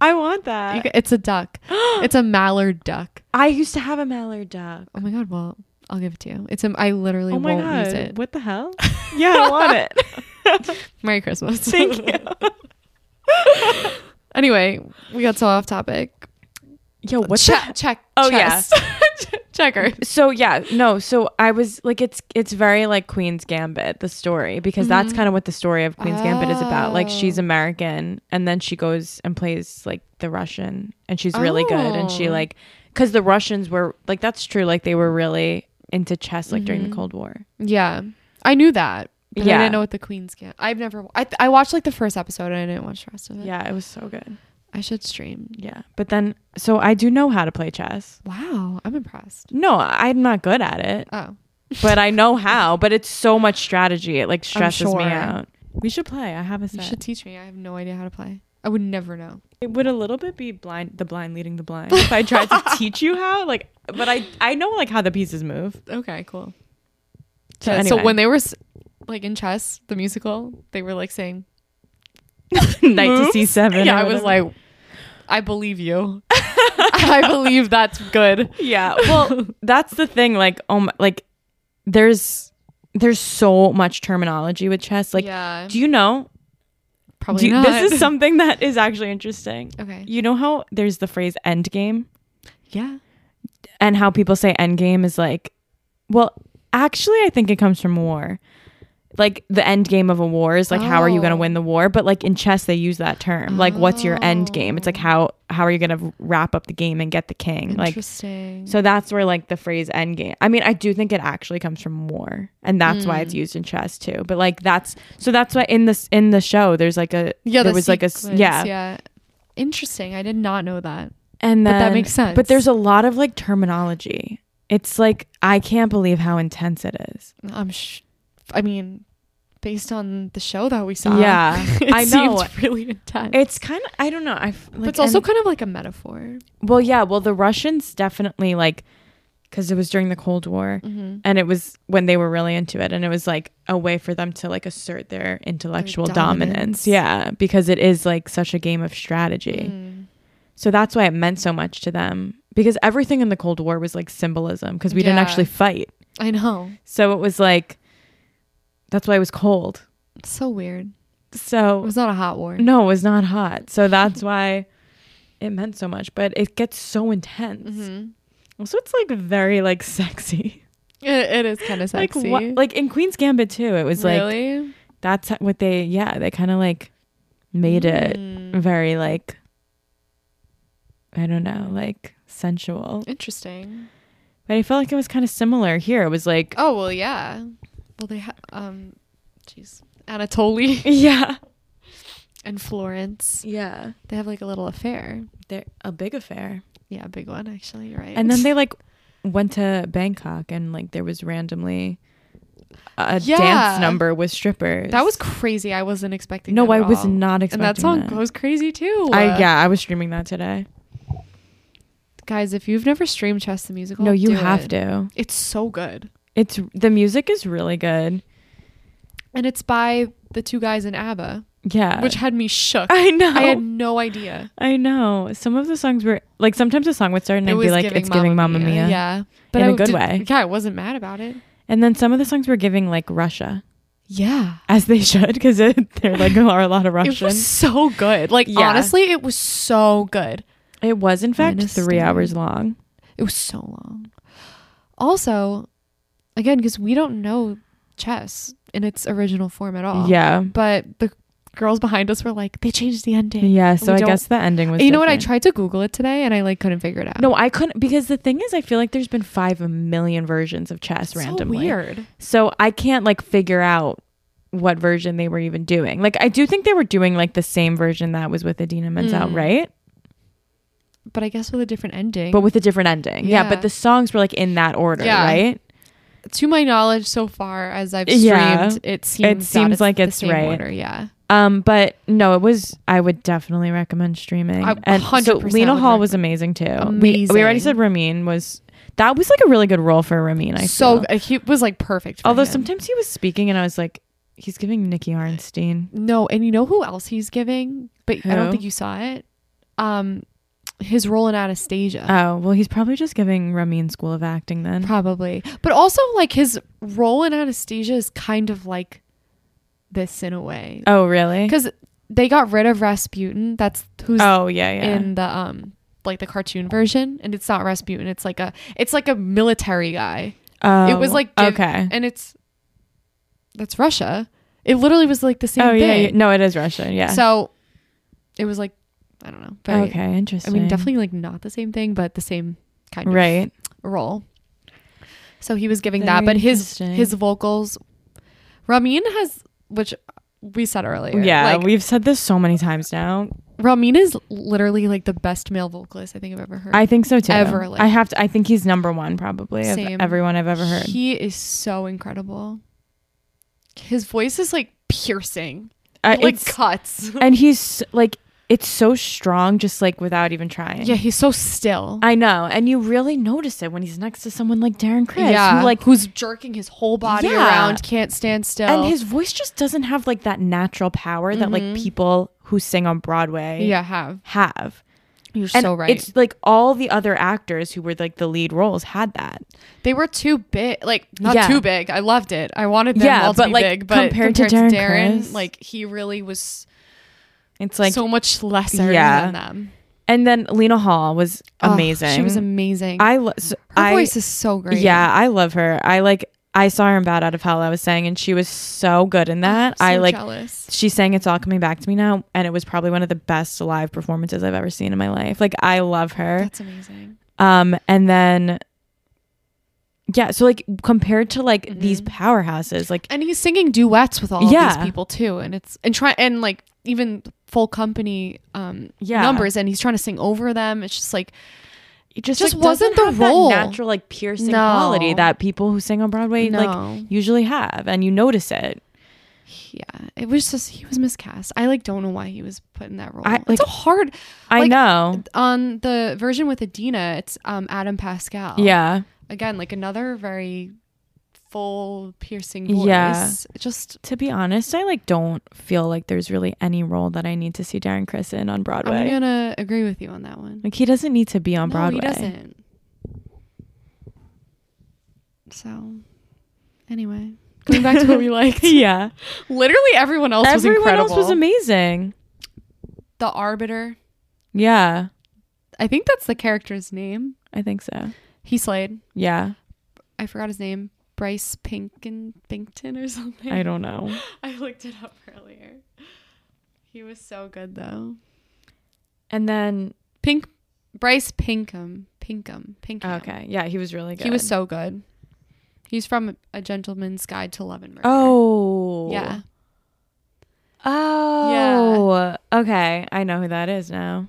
I want
You
that.
ca- it's a duck. it's a mallard duck.
I used to have a mallard duck.
Oh my god! Well, I'll give it to you. It's a, I literally
Oh my
won't
god!
use it.
What the hell? Yeah, I want it.
Merry Christmas.
Thank you.
anyway, we got so off topic.
Yo, what's
Che-
that?
check?
Oh,
chess. checker.
So yeah, no. So I was like, it's it's very like Queen's Gambit, the story, because that's
Mhm.
kind of what the story of Queen's Gambit is about. Like
Oh.
she's American, and then she goes and plays like the Russian, and she's really good. And she
Oh.
like, because the Russians were like, that's true. Like they were really into chess, like during the
Mhm.
Cold War.
Yeah, I knew that. But I
Yeah.
didn't know what the Queen's Gambit. I've never. I I watched like the first episode and I didn't watch the rest of it.
Yeah, it was so good.
I should stream.
Yeah, but then so I do know how to play chess.
Wow, I'm impressed.
No, I'm not good at it,
Oh,
but I know how. But it's so much strategy. It like stresses
sure.
me out. We should play. I have a
you
set.
should teach me. I have no idea how to play. I would never know.
It would a little bit be blind, the blind leading the blind. If I tried to teach you how, like, but I I know like how the pieces move.
Okay, cool.
So,
Yeah,
anyway.
so when they were s- like in chess, the musical, they were like saying,
knight
Moves?
to c7.
"Yeah,"
or
I was
whatever.
like, "I believe you. I believe that's good."
yeah. Well, that's the thing. Like, oh my, like, there's there's so much terminology with chess. Like,
yeah,
do you know?
probably
do you-
not.
This is something that is actually interesting.
okay.
You know how there's the phrase end game
Yeah.
and how people say end game is like, well, actually, I think it comes from war. Like the end game of a war is like, how are you going to
Oh.
win the war? But like in chess, they use that term. Like, what's your end game? It's like
Oh.
how how are you going to wrap up the game and get the king? Like,
Interesting.
so that's where like the phrase end game. I mean, I do think it actually comes from war, and that's why it's used in chess too. But like that's so that's why in this in the show there's like a
yeah,
there
the
was like a s-
sequence,
yeah.
yeah. Interesting. I did not know that.
and
But
then,
that makes sense.
But there's a lot of like terminology. It's like I can't believe how intense it is.
I'm. Sh- I mean, based on the show that we saw,
Yeah,
it
I know.
seems really intense.
It's kind of I don't know. I f- like,
but it's also
and-
kind of like a metaphor.
well, yeah. Well, the Russians definitely like because it was during the Cold War,
Mm-hmm.
and it was when they were really into it, and it was like a way for them to like assert their intellectual dominance.
dominance.
Yeah, because it is like such a game of
Mm.
strategy. So that's why it meant so much to them because everything in the Cold War was like symbolism because we didn't
Yeah.
actually fight.
I know.
So it was like that's why it was cold.
It's so weird. It
So
was not a hot war.
No, it was not hot. So that's why it meant so much. But it gets so intense.
Mhm.
Also, it's like very like sexy.
It, it is kind of
Like
sexy.
what? Like in Queen's Gambit too. It was like
really?
that's what they. Yeah, they kind of like made it
Mm.
very like I don't know, like sensual.
interesting.
But I felt like it was kind of similar here. It was like
Oh well, yeah. Well, they ha- um, jeez, Anatoly
yeah,
and Florence.
yeah,
They have like a little affair.
they're a big affair.
Yeah, a big one actually. You're right.
And then they like went to Bangkok and like there was randomly a
Yeah.
dance number with strippers.
that was crazy. I wasn't expecting.
no,
that
I
at
was
all.
not
And
expecting
that song
that.
goes crazy too. Uh,
I yeah, I was streaming that today.
Guys, if you've never streamed Chess the Musical,
no, you
do
have
it.
to.
It's so good,
It's the music is really good.
and it's by the two guys in ABBA,
Yeah,
which had me shook.
I know.
I had no idea.
I know. Some of the songs were like sometimes a song would start and
it
I'd
was
be like,
giving
"It's giving Mamma Mia,",
Yeah,
In
I
a good
did-
way.
Yeah, I wasn't mad about it.
and then some of the songs were giving like Russia,
Yeah,
as they should, because there like are a lot of
it
Russian.
was so good. Like
Yeah.
honestly, it was so good.
It was in fact
Minus
three
Stan.
hours long.
It was so long. Also, again, because we don't know chess in its original form at all.
Yeah,
But the girls behind us were like, they changed the ending.
Yeah, so
we
I
don't-
guess the ending was.
And you know what? I
different.
tried to Google it today and I like couldn't figure it out.
No, I couldn't because the thing is, I feel like there's been five million versions of chess
it's
randomly.
so weird.
So I can't like figure out what version they were even doing. Like I do think they were doing like the same version that was with Adina Menzel,
Mm.
right?
But I guess with a different ending.
But with a different ending. Yeah.
Yeah.
but the songs were like in that order,
Yeah.
right?
to my knowledge, so far as I've streamed,
Yeah.
it seems that
seems like
the
it's
same
right.
Order. Yeah,
Um, but no, it was. I would definitely recommend streaming.
I
and so
100%
Lena
would
Hall was amazing too. We, we already
Amazing.
said Ramin was. That was like a really good role for Ramin. I
so
feel.
uh, he was like perfect. For
Although
him.
sometimes he was speaking and I was like, he's giving Nikki Arnstein.
No, and you know who else he's giving? But I
Who?
don't think you saw it. Um, his role in Anastasia,
Oh, well, he's probably just giving Ramin School of Acting then.
probably. But also, like his role in Anastasia is kind of like this in a way
Oh, really?
because they got rid of Rasputin. That's who's
Oh, yeah, yeah.
in the um like the cartoon version, and it's not Rasputin. It's like a it's like a military guy,
oh,
it was like give-
okay.
and it's that's Russia. It literally was like the same
Oh,
thing.
yeah, yeah. No, it is Russian. Yeah.
So it was like I don't know. Very,
okay,
I
interesting.
mean, definitely like not the same thing, but the same kind
Right.
of role. So he was giving that,
Very
but his
interesting.
his vocals, Ramin has, which we said earlier.
Yeah,
like,
we've said this so many times now.
Ramin is literally like the best male vocalist I think I've ever heard.
I think so too.
Ever, like-
I have to. I think he's number one probably
Same.
of everyone I've ever heard.
He is so incredible. His voice is like piercing.
Uh,
it, like
it's-
cuts.
and he's like, it's so strong, just like without even trying.
yeah, he's so still.
I know, and you really notice it when he's next to someone like Darren Criss,
yeah,
who like
who's jerking his whole body
Yeah.
around, can't stand still.
and his voice just doesn't have like that natural power that like people who sing on Broadway
Mm-hmm. yeah have
have.
you're
And
so right.
It's like all the other actors who were like the lead roles had that.
They were too big, like not
Yeah.
too big. I loved it. I wanted them
Yeah,
all to
but,
be
like,
big, but compared,
compared to
to
Darren
Darren,
Criss-
like he really was
It's
like
like
so much lesser
Yeah.
than them.
and then Lena Hall was
Ugh,
amazing.
she was amazing.
I lo- so
Her
I,
voice is so great.
Yeah, I love her. I like I saw her in Bad Out of Hell I was saying and she was so good in that.
Oh, So
I like
jealous.
she sang It's All Coming Back to Me Now and it was probably one of the best live performances I've ever seen in my life. Like I love her.
That's amazing.
Um and then yeah, so like compared to like
Mm-hmm.
these powerhouses, like
And he's singing duets with all of
Yeah.
these people too, and it's and try and like even full company um
Yeah.
numbers, and he's trying to sing over them. It's just like
it just,
Just
like,
wasn't
doesn't
the
have that
role.
natural like piercing
No.
quality that people who sing on Broadway
No.
like usually have and you notice it.
yeah, it was just he was miscast. I like don't know why he was put in that role.
I-
it's
like-
a hard.
I
Like,
know.
on the version with Adina, it's um, Adam Pascal.
Yeah.
Again, like another very full, piercing voice.
Yeah.
Just,
To be honest, I like don't feel like there's really any role that I need to see Darren Criss in on Broadway.
I'm going to agree with you on that one.
like he doesn't need to be on
no,
Broadway.
he doesn't. So, anyway, going back to what we liked.
yeah.
Literally everyone else was
Everyone
incredible.
else was amazing.
the Arbiter.
Yeah.
I think that's the character's name.
I think so.
He slayed.
Yeah.
I forgot his name. Bryce Pinkin Pinkton or something.
I don't know.
I looked it up earlier. He was so good though.
And then
Pink Bryce Pinkham. Pinkham. Pinkham.
okay. Yeah, he was really good.
He was so good. He's from A Gentleman's Guide to Love and Murder.
Oh.
Yeah.
Oh. Yeah. Okay. I know who that is now.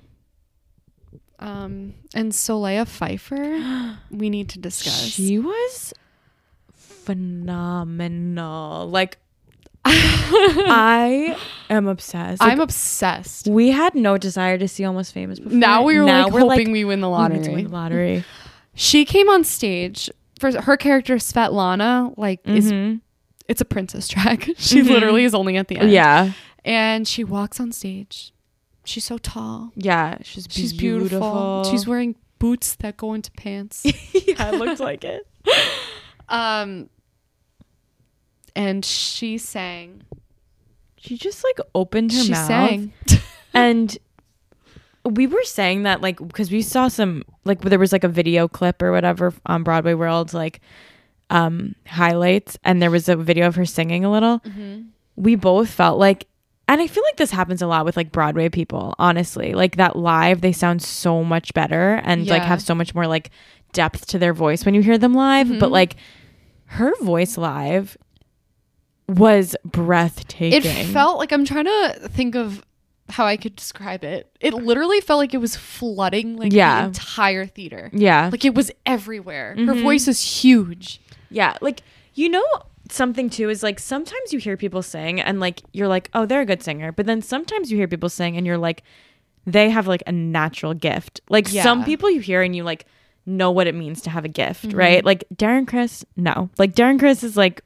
Um and Soleil Pfeiffer, we need to discuss.
She was phenomenal. Like I am obsessed. Like,
I'm obsessed.
We had no desire to see Almost Famous before.
Now we were like
we're
hoping we win the
"We need to
lottery.
win the lottery.
She came on stage for her character Svetlana, like is
Mhm.
it's a princess track. she literally is only at the end.
Yeah.
And she walks on stage. She's so tall.
Yeah. She's beautiful.
She's beautiful. She's wearing boots that go into pants.
yeah, looked like it.
um and she sang.
She just like opened her
she
mouth.
sang.
And we were saying that like because we saw some like there was like a video clip or whatever on Broadway World like um highlights and there was a video of her singing a little. We both felt like and I feel like this happens a lot with like Broadway people, honestly. Like that live they sound so much better and like
Yeah.
have so much more like depth to their voice when you hear them live,
Mm-hmm.
but like her voice live was
It
breathtaking.
felt like I'm trying to think of how I could describe it. It literally felt like it was flooding like
Yeah.
the entire theater.
yeah. Mm-hmm.
Like it was everywhere. Her voice is huge.
Yeah, like you know something too is like sometimes you hear people sing and like you're like, "Oh, they're a good singer." But then sometimes you hear people sing and you're like they have like a natural gift. Like
Yeah.
some people you hear and you like know what it means to have a gift,
Mm-hmm.
right? Like Darren Chris, no. Like Darren Chris is like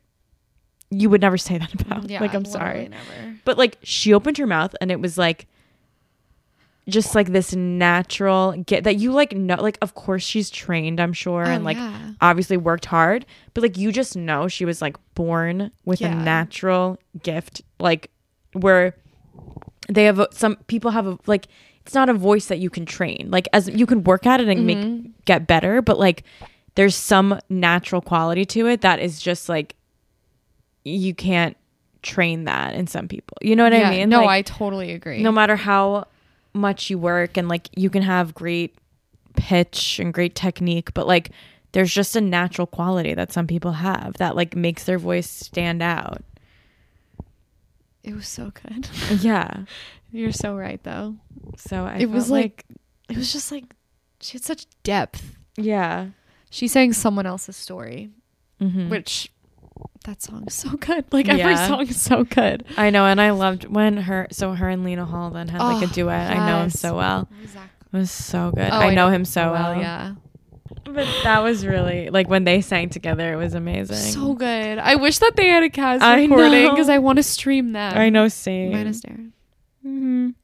you would never say that about.
Yeah.
Oh, like I'm
literally
sorry.
Never.
But like she opened her mouth and it was like just like this natural get that you like know like of course she's trained i'm sure
Oh,
and like
yeah.
obviously worked hard but like you just know she was like born with
Yeah.
a natural gift like where they have a, some people have a like it's not a voice that you can train like as you can work at it and
Mhm.
make get better but like there's some natural quality to it that is just like you can't train that in some people you know what
Yeah,
i mean
No,
Like,
I totally agree.
no matter how much you work and like you can have great pitch and great technique but like there's just a natural quality that some people have that like makes their voice stand out
it was so good.
yeah
You're so right though.
so I
it was
felt
like, it was just like she had such depth.
yeah
She sang someone else's story,
Mhm.
which that song's so good. Like every
Yeah.
song is so good.
i know and i loved when her so her and lena hall then had like
Oh,
a duet i know him
yes.
so well
Exactly.
it was so good
Oh,
i
I
know
know
him so uh, well,
yeah.
but that was really like when they sang together it was amazing
So good. I wish that they had a cast
I
recording
know.
because I want to stream that.
i know same
Minus Darren.
Mhm.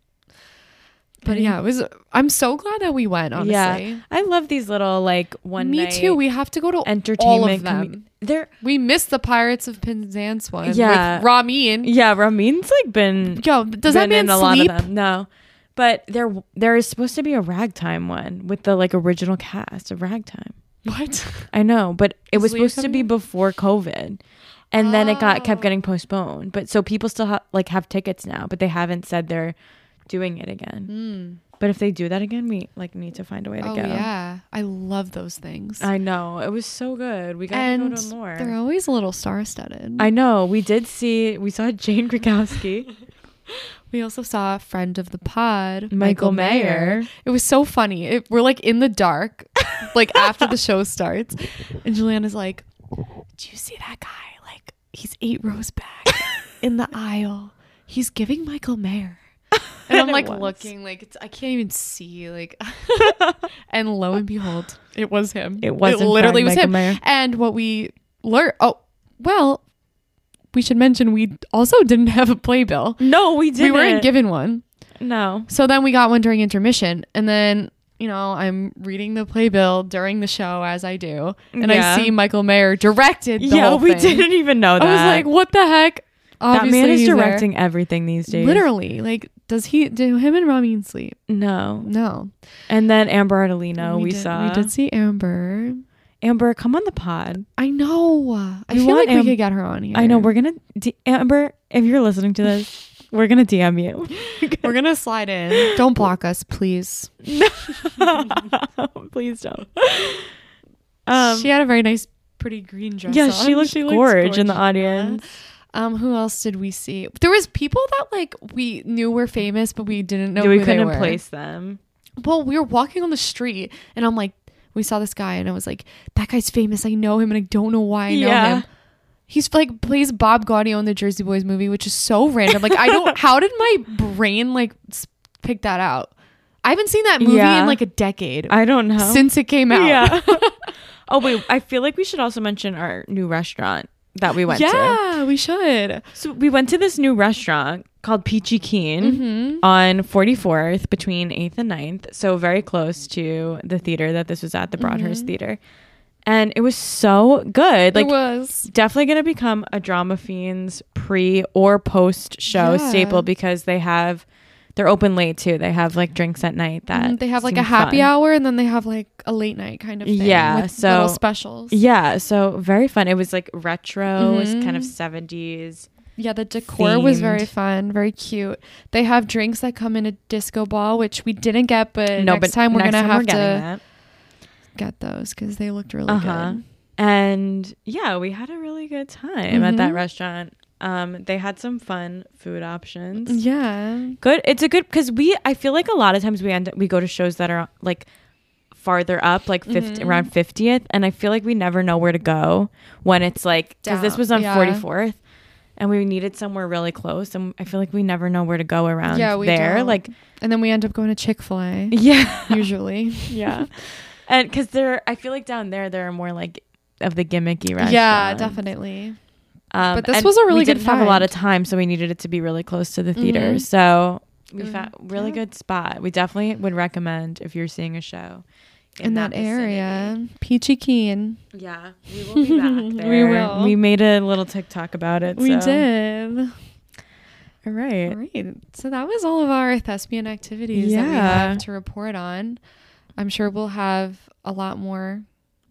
But yeah, it was. I'm so glad that we went. Honestly.
Yeah, I love these little like one.
Me
night
too. We have to go to
entertainment.
all of
commu-
them.
They're
we missed the Pirates of Penzance one.
Yeah.
With Ramin.
yeah. Ramin's like been
Yo, does that
been
mean
in a
sleep?
lot of them. No, but there there is supposed to be a ragtime one with the like original cast of ragtime.
What?
I know, but it
Is
was
Leah
supposed to be
coming?
before COVID, and then it got kept
Oh.
getting postponed. But so people still ha- like have tickets now, but they haven't said they're doing it again.
Mm.
But if they do that again, we like need to find a way to
Oh
go.
yeah, I love those things.
I know it was so good. We got
and
to go to more.
they're always a little star-studded.
I know. We did see, we saw Jane Krakowski,
we also saw a friend of the pod,
Michael Mayer.
It was so funny. It, we're like in the dark, like after the show starts, and Juliana's like, "Do you see that guy? Like he's eight rows back in the aisle. He's giving Michael Mayer." And I'm
It
like
was.
looking, like it's, I can't even see, like. and lo and behold, it was him.
It was, in
literally
fact,
was
Michael
him.
Mayer.
And what we learned, oh well, we should mention we also didn't have a playbill.
No, we didn't.
We weren't given one.
No.
So then we got one during intermission, and then you know I'm reading the playbill during the show as I do, and
Yeah.
I see Michael Mayer directed. The
yeah,
whole
we
thing.
didn't even know that.
I was like, what the heck?
that
Obviously,
man is
he's there.
directing everything these days.
Literally, like, does he? Do him and Ramin sleep?
No.
No.
And then Amber Ardolino, we,
did,
saw.
We did see Amber.
Amber, come on the pod.
I know. I
We
feel
want
like
Am-
we could get her on here.
I know. We're going to, D- Amber, if you're listening to this, we're going to DM you.
We're gonna slide in. Don't block us, please.
Please don't.
she had a very nice, pretty green dress.
Um, yeah, she
on.
looked
looks
gorge in the
gorgeous.
audience.
Um, who else did we see? There was people that like we knew were famous, but we didn't know
we
who they
couldn't
were.
place them.
Well, we were walking on the street, and I'm like, we saw this guy, and I was like, that guy's famous. I know him, and I don't know why I know
Yeah.
him. He's like plays Bob Gaudio in the Jersey Boys movie, which is so random. Like I don't. how did my brain like s- pick that out? I haven't seen that movie
Yeah.
in like a decade
I don't know.
since it came out.
Yeah. oh wait, I feel like we should also mention our new restaurant that we went to.
yeah, we should.
So we went to this new restaurant called Peachy Keen
hmm
on 44th between 8th and 9th, so very close to the theater that this was at, the Broadhurst Theater. And it was so good. Like
Mm-hmm. it was.
definitely going to become a drama fiends pre or post show
Yeah.
staple because they have they're open late too. They have like drinks at night that
Mhm, they have like a
seem
happy
fun.
hour and then they have like a late night kind of thing.
Yeah,
with
so-
little specials. Yeah,
Yeah, so very fun. It was like retro, it was
Mhm.
kind of 70s.
the decor was
Themed.
very fun, very cute. They have drinks that come in a disco ball, which we didn't get, but next time we're
next
gonna
time
have
we're
to
getting that.
get those because they looked really
Uh-huh.
good.
And yeah, we had a really good time at
Mhm.
that restaurant. Um, they had some fun food options.
Yeah,
Good. It's a good because we. I feel like a lot of times we end up we go to shows that are like farther up, like 50,
Mhm.
around fiftieth, and I feel like we never know where to go when it's like because this
Down,
was on
yeah.
forty fourth, and we needed somewhere really close, and I feel like we never know where to go around
yeah, we
there.
don't.
Like
and then we end up going to Chick Fil A
yeah,
usually.
yeah, and because there, I feel like down there there are more like of the gimmicky restaurants.
yeah, definitely.
Um,
But this
and
was a really
we
good
didn't have a lot
find.
of time, so we needed it to be really close to the theater.
Mhm.
So we
Mm.
found really
Yeah.
good spot. We definitely would recommend if you're seeing a show
in, that,
vicinity.
area. Peachy Keen.
Yeah, we will be back there.
We will.
We made a little TikTok about it.
We
so-
did.
All right.
All right. So that was all of our thespian activities that we
Yeah.
have to report on. I'm sure we'll have a lot more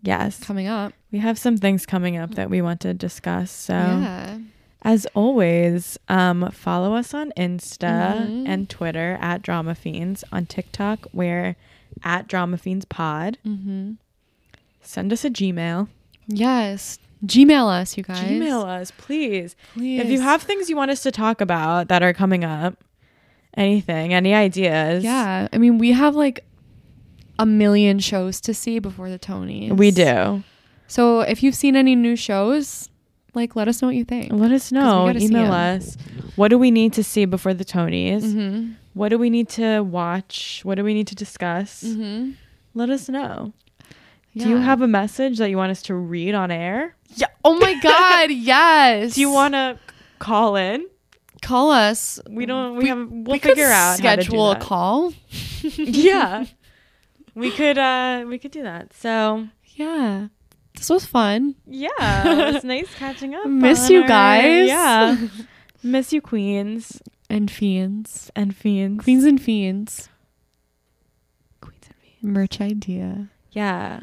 Yes.
coming up.
We have some things coming up that we want to discuss. So,
Yeah.
as always, um, follow us on Insta
Mhm.
and Twitter at Drama Fiends. On TikTok, we're at Drama Fiends Pod.
Mm-hmm.
Send us a Gmail.
Yes. Gmail us, you guys.
Gmail us, please.
Please.
If you have things you want us to talk about that are coming up, anything, any ideas,
Yeah. I mean, we have like a million shows to see before the Tonys.
we do.
So if you've seen any new shows, like let us know what you think.
Let us know.
gotta see
Email
'em.
us. What do we need to see before the Tonys?
Mm-hmm.
What do we need to watch? What do we need to discuss?
Mm-hmm.
Let us know. Do you have a message that you want us to read on air?
Yeah. Oh my God. yes.
Do you want to call in?
call us?
We don't. We,
We-
have. We'll
we could
figure out
schedule
how to
a
do
call.
that. yeah, we could. uh We could do that. So
Yeah. This was fun.
yeah, it's nice catching up.
Miss
on
you
our-
guys.
Yeah, miss you, queens
And fiends.
and fiends.
Queens and fiends.
queens and fiends.
Merch idea.
Yeah,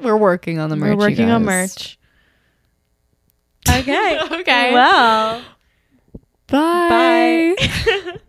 We're working on the merch.
we're
you
working on
guys.
merch. Okay.
Okay.
Well.
Bye.
Bye.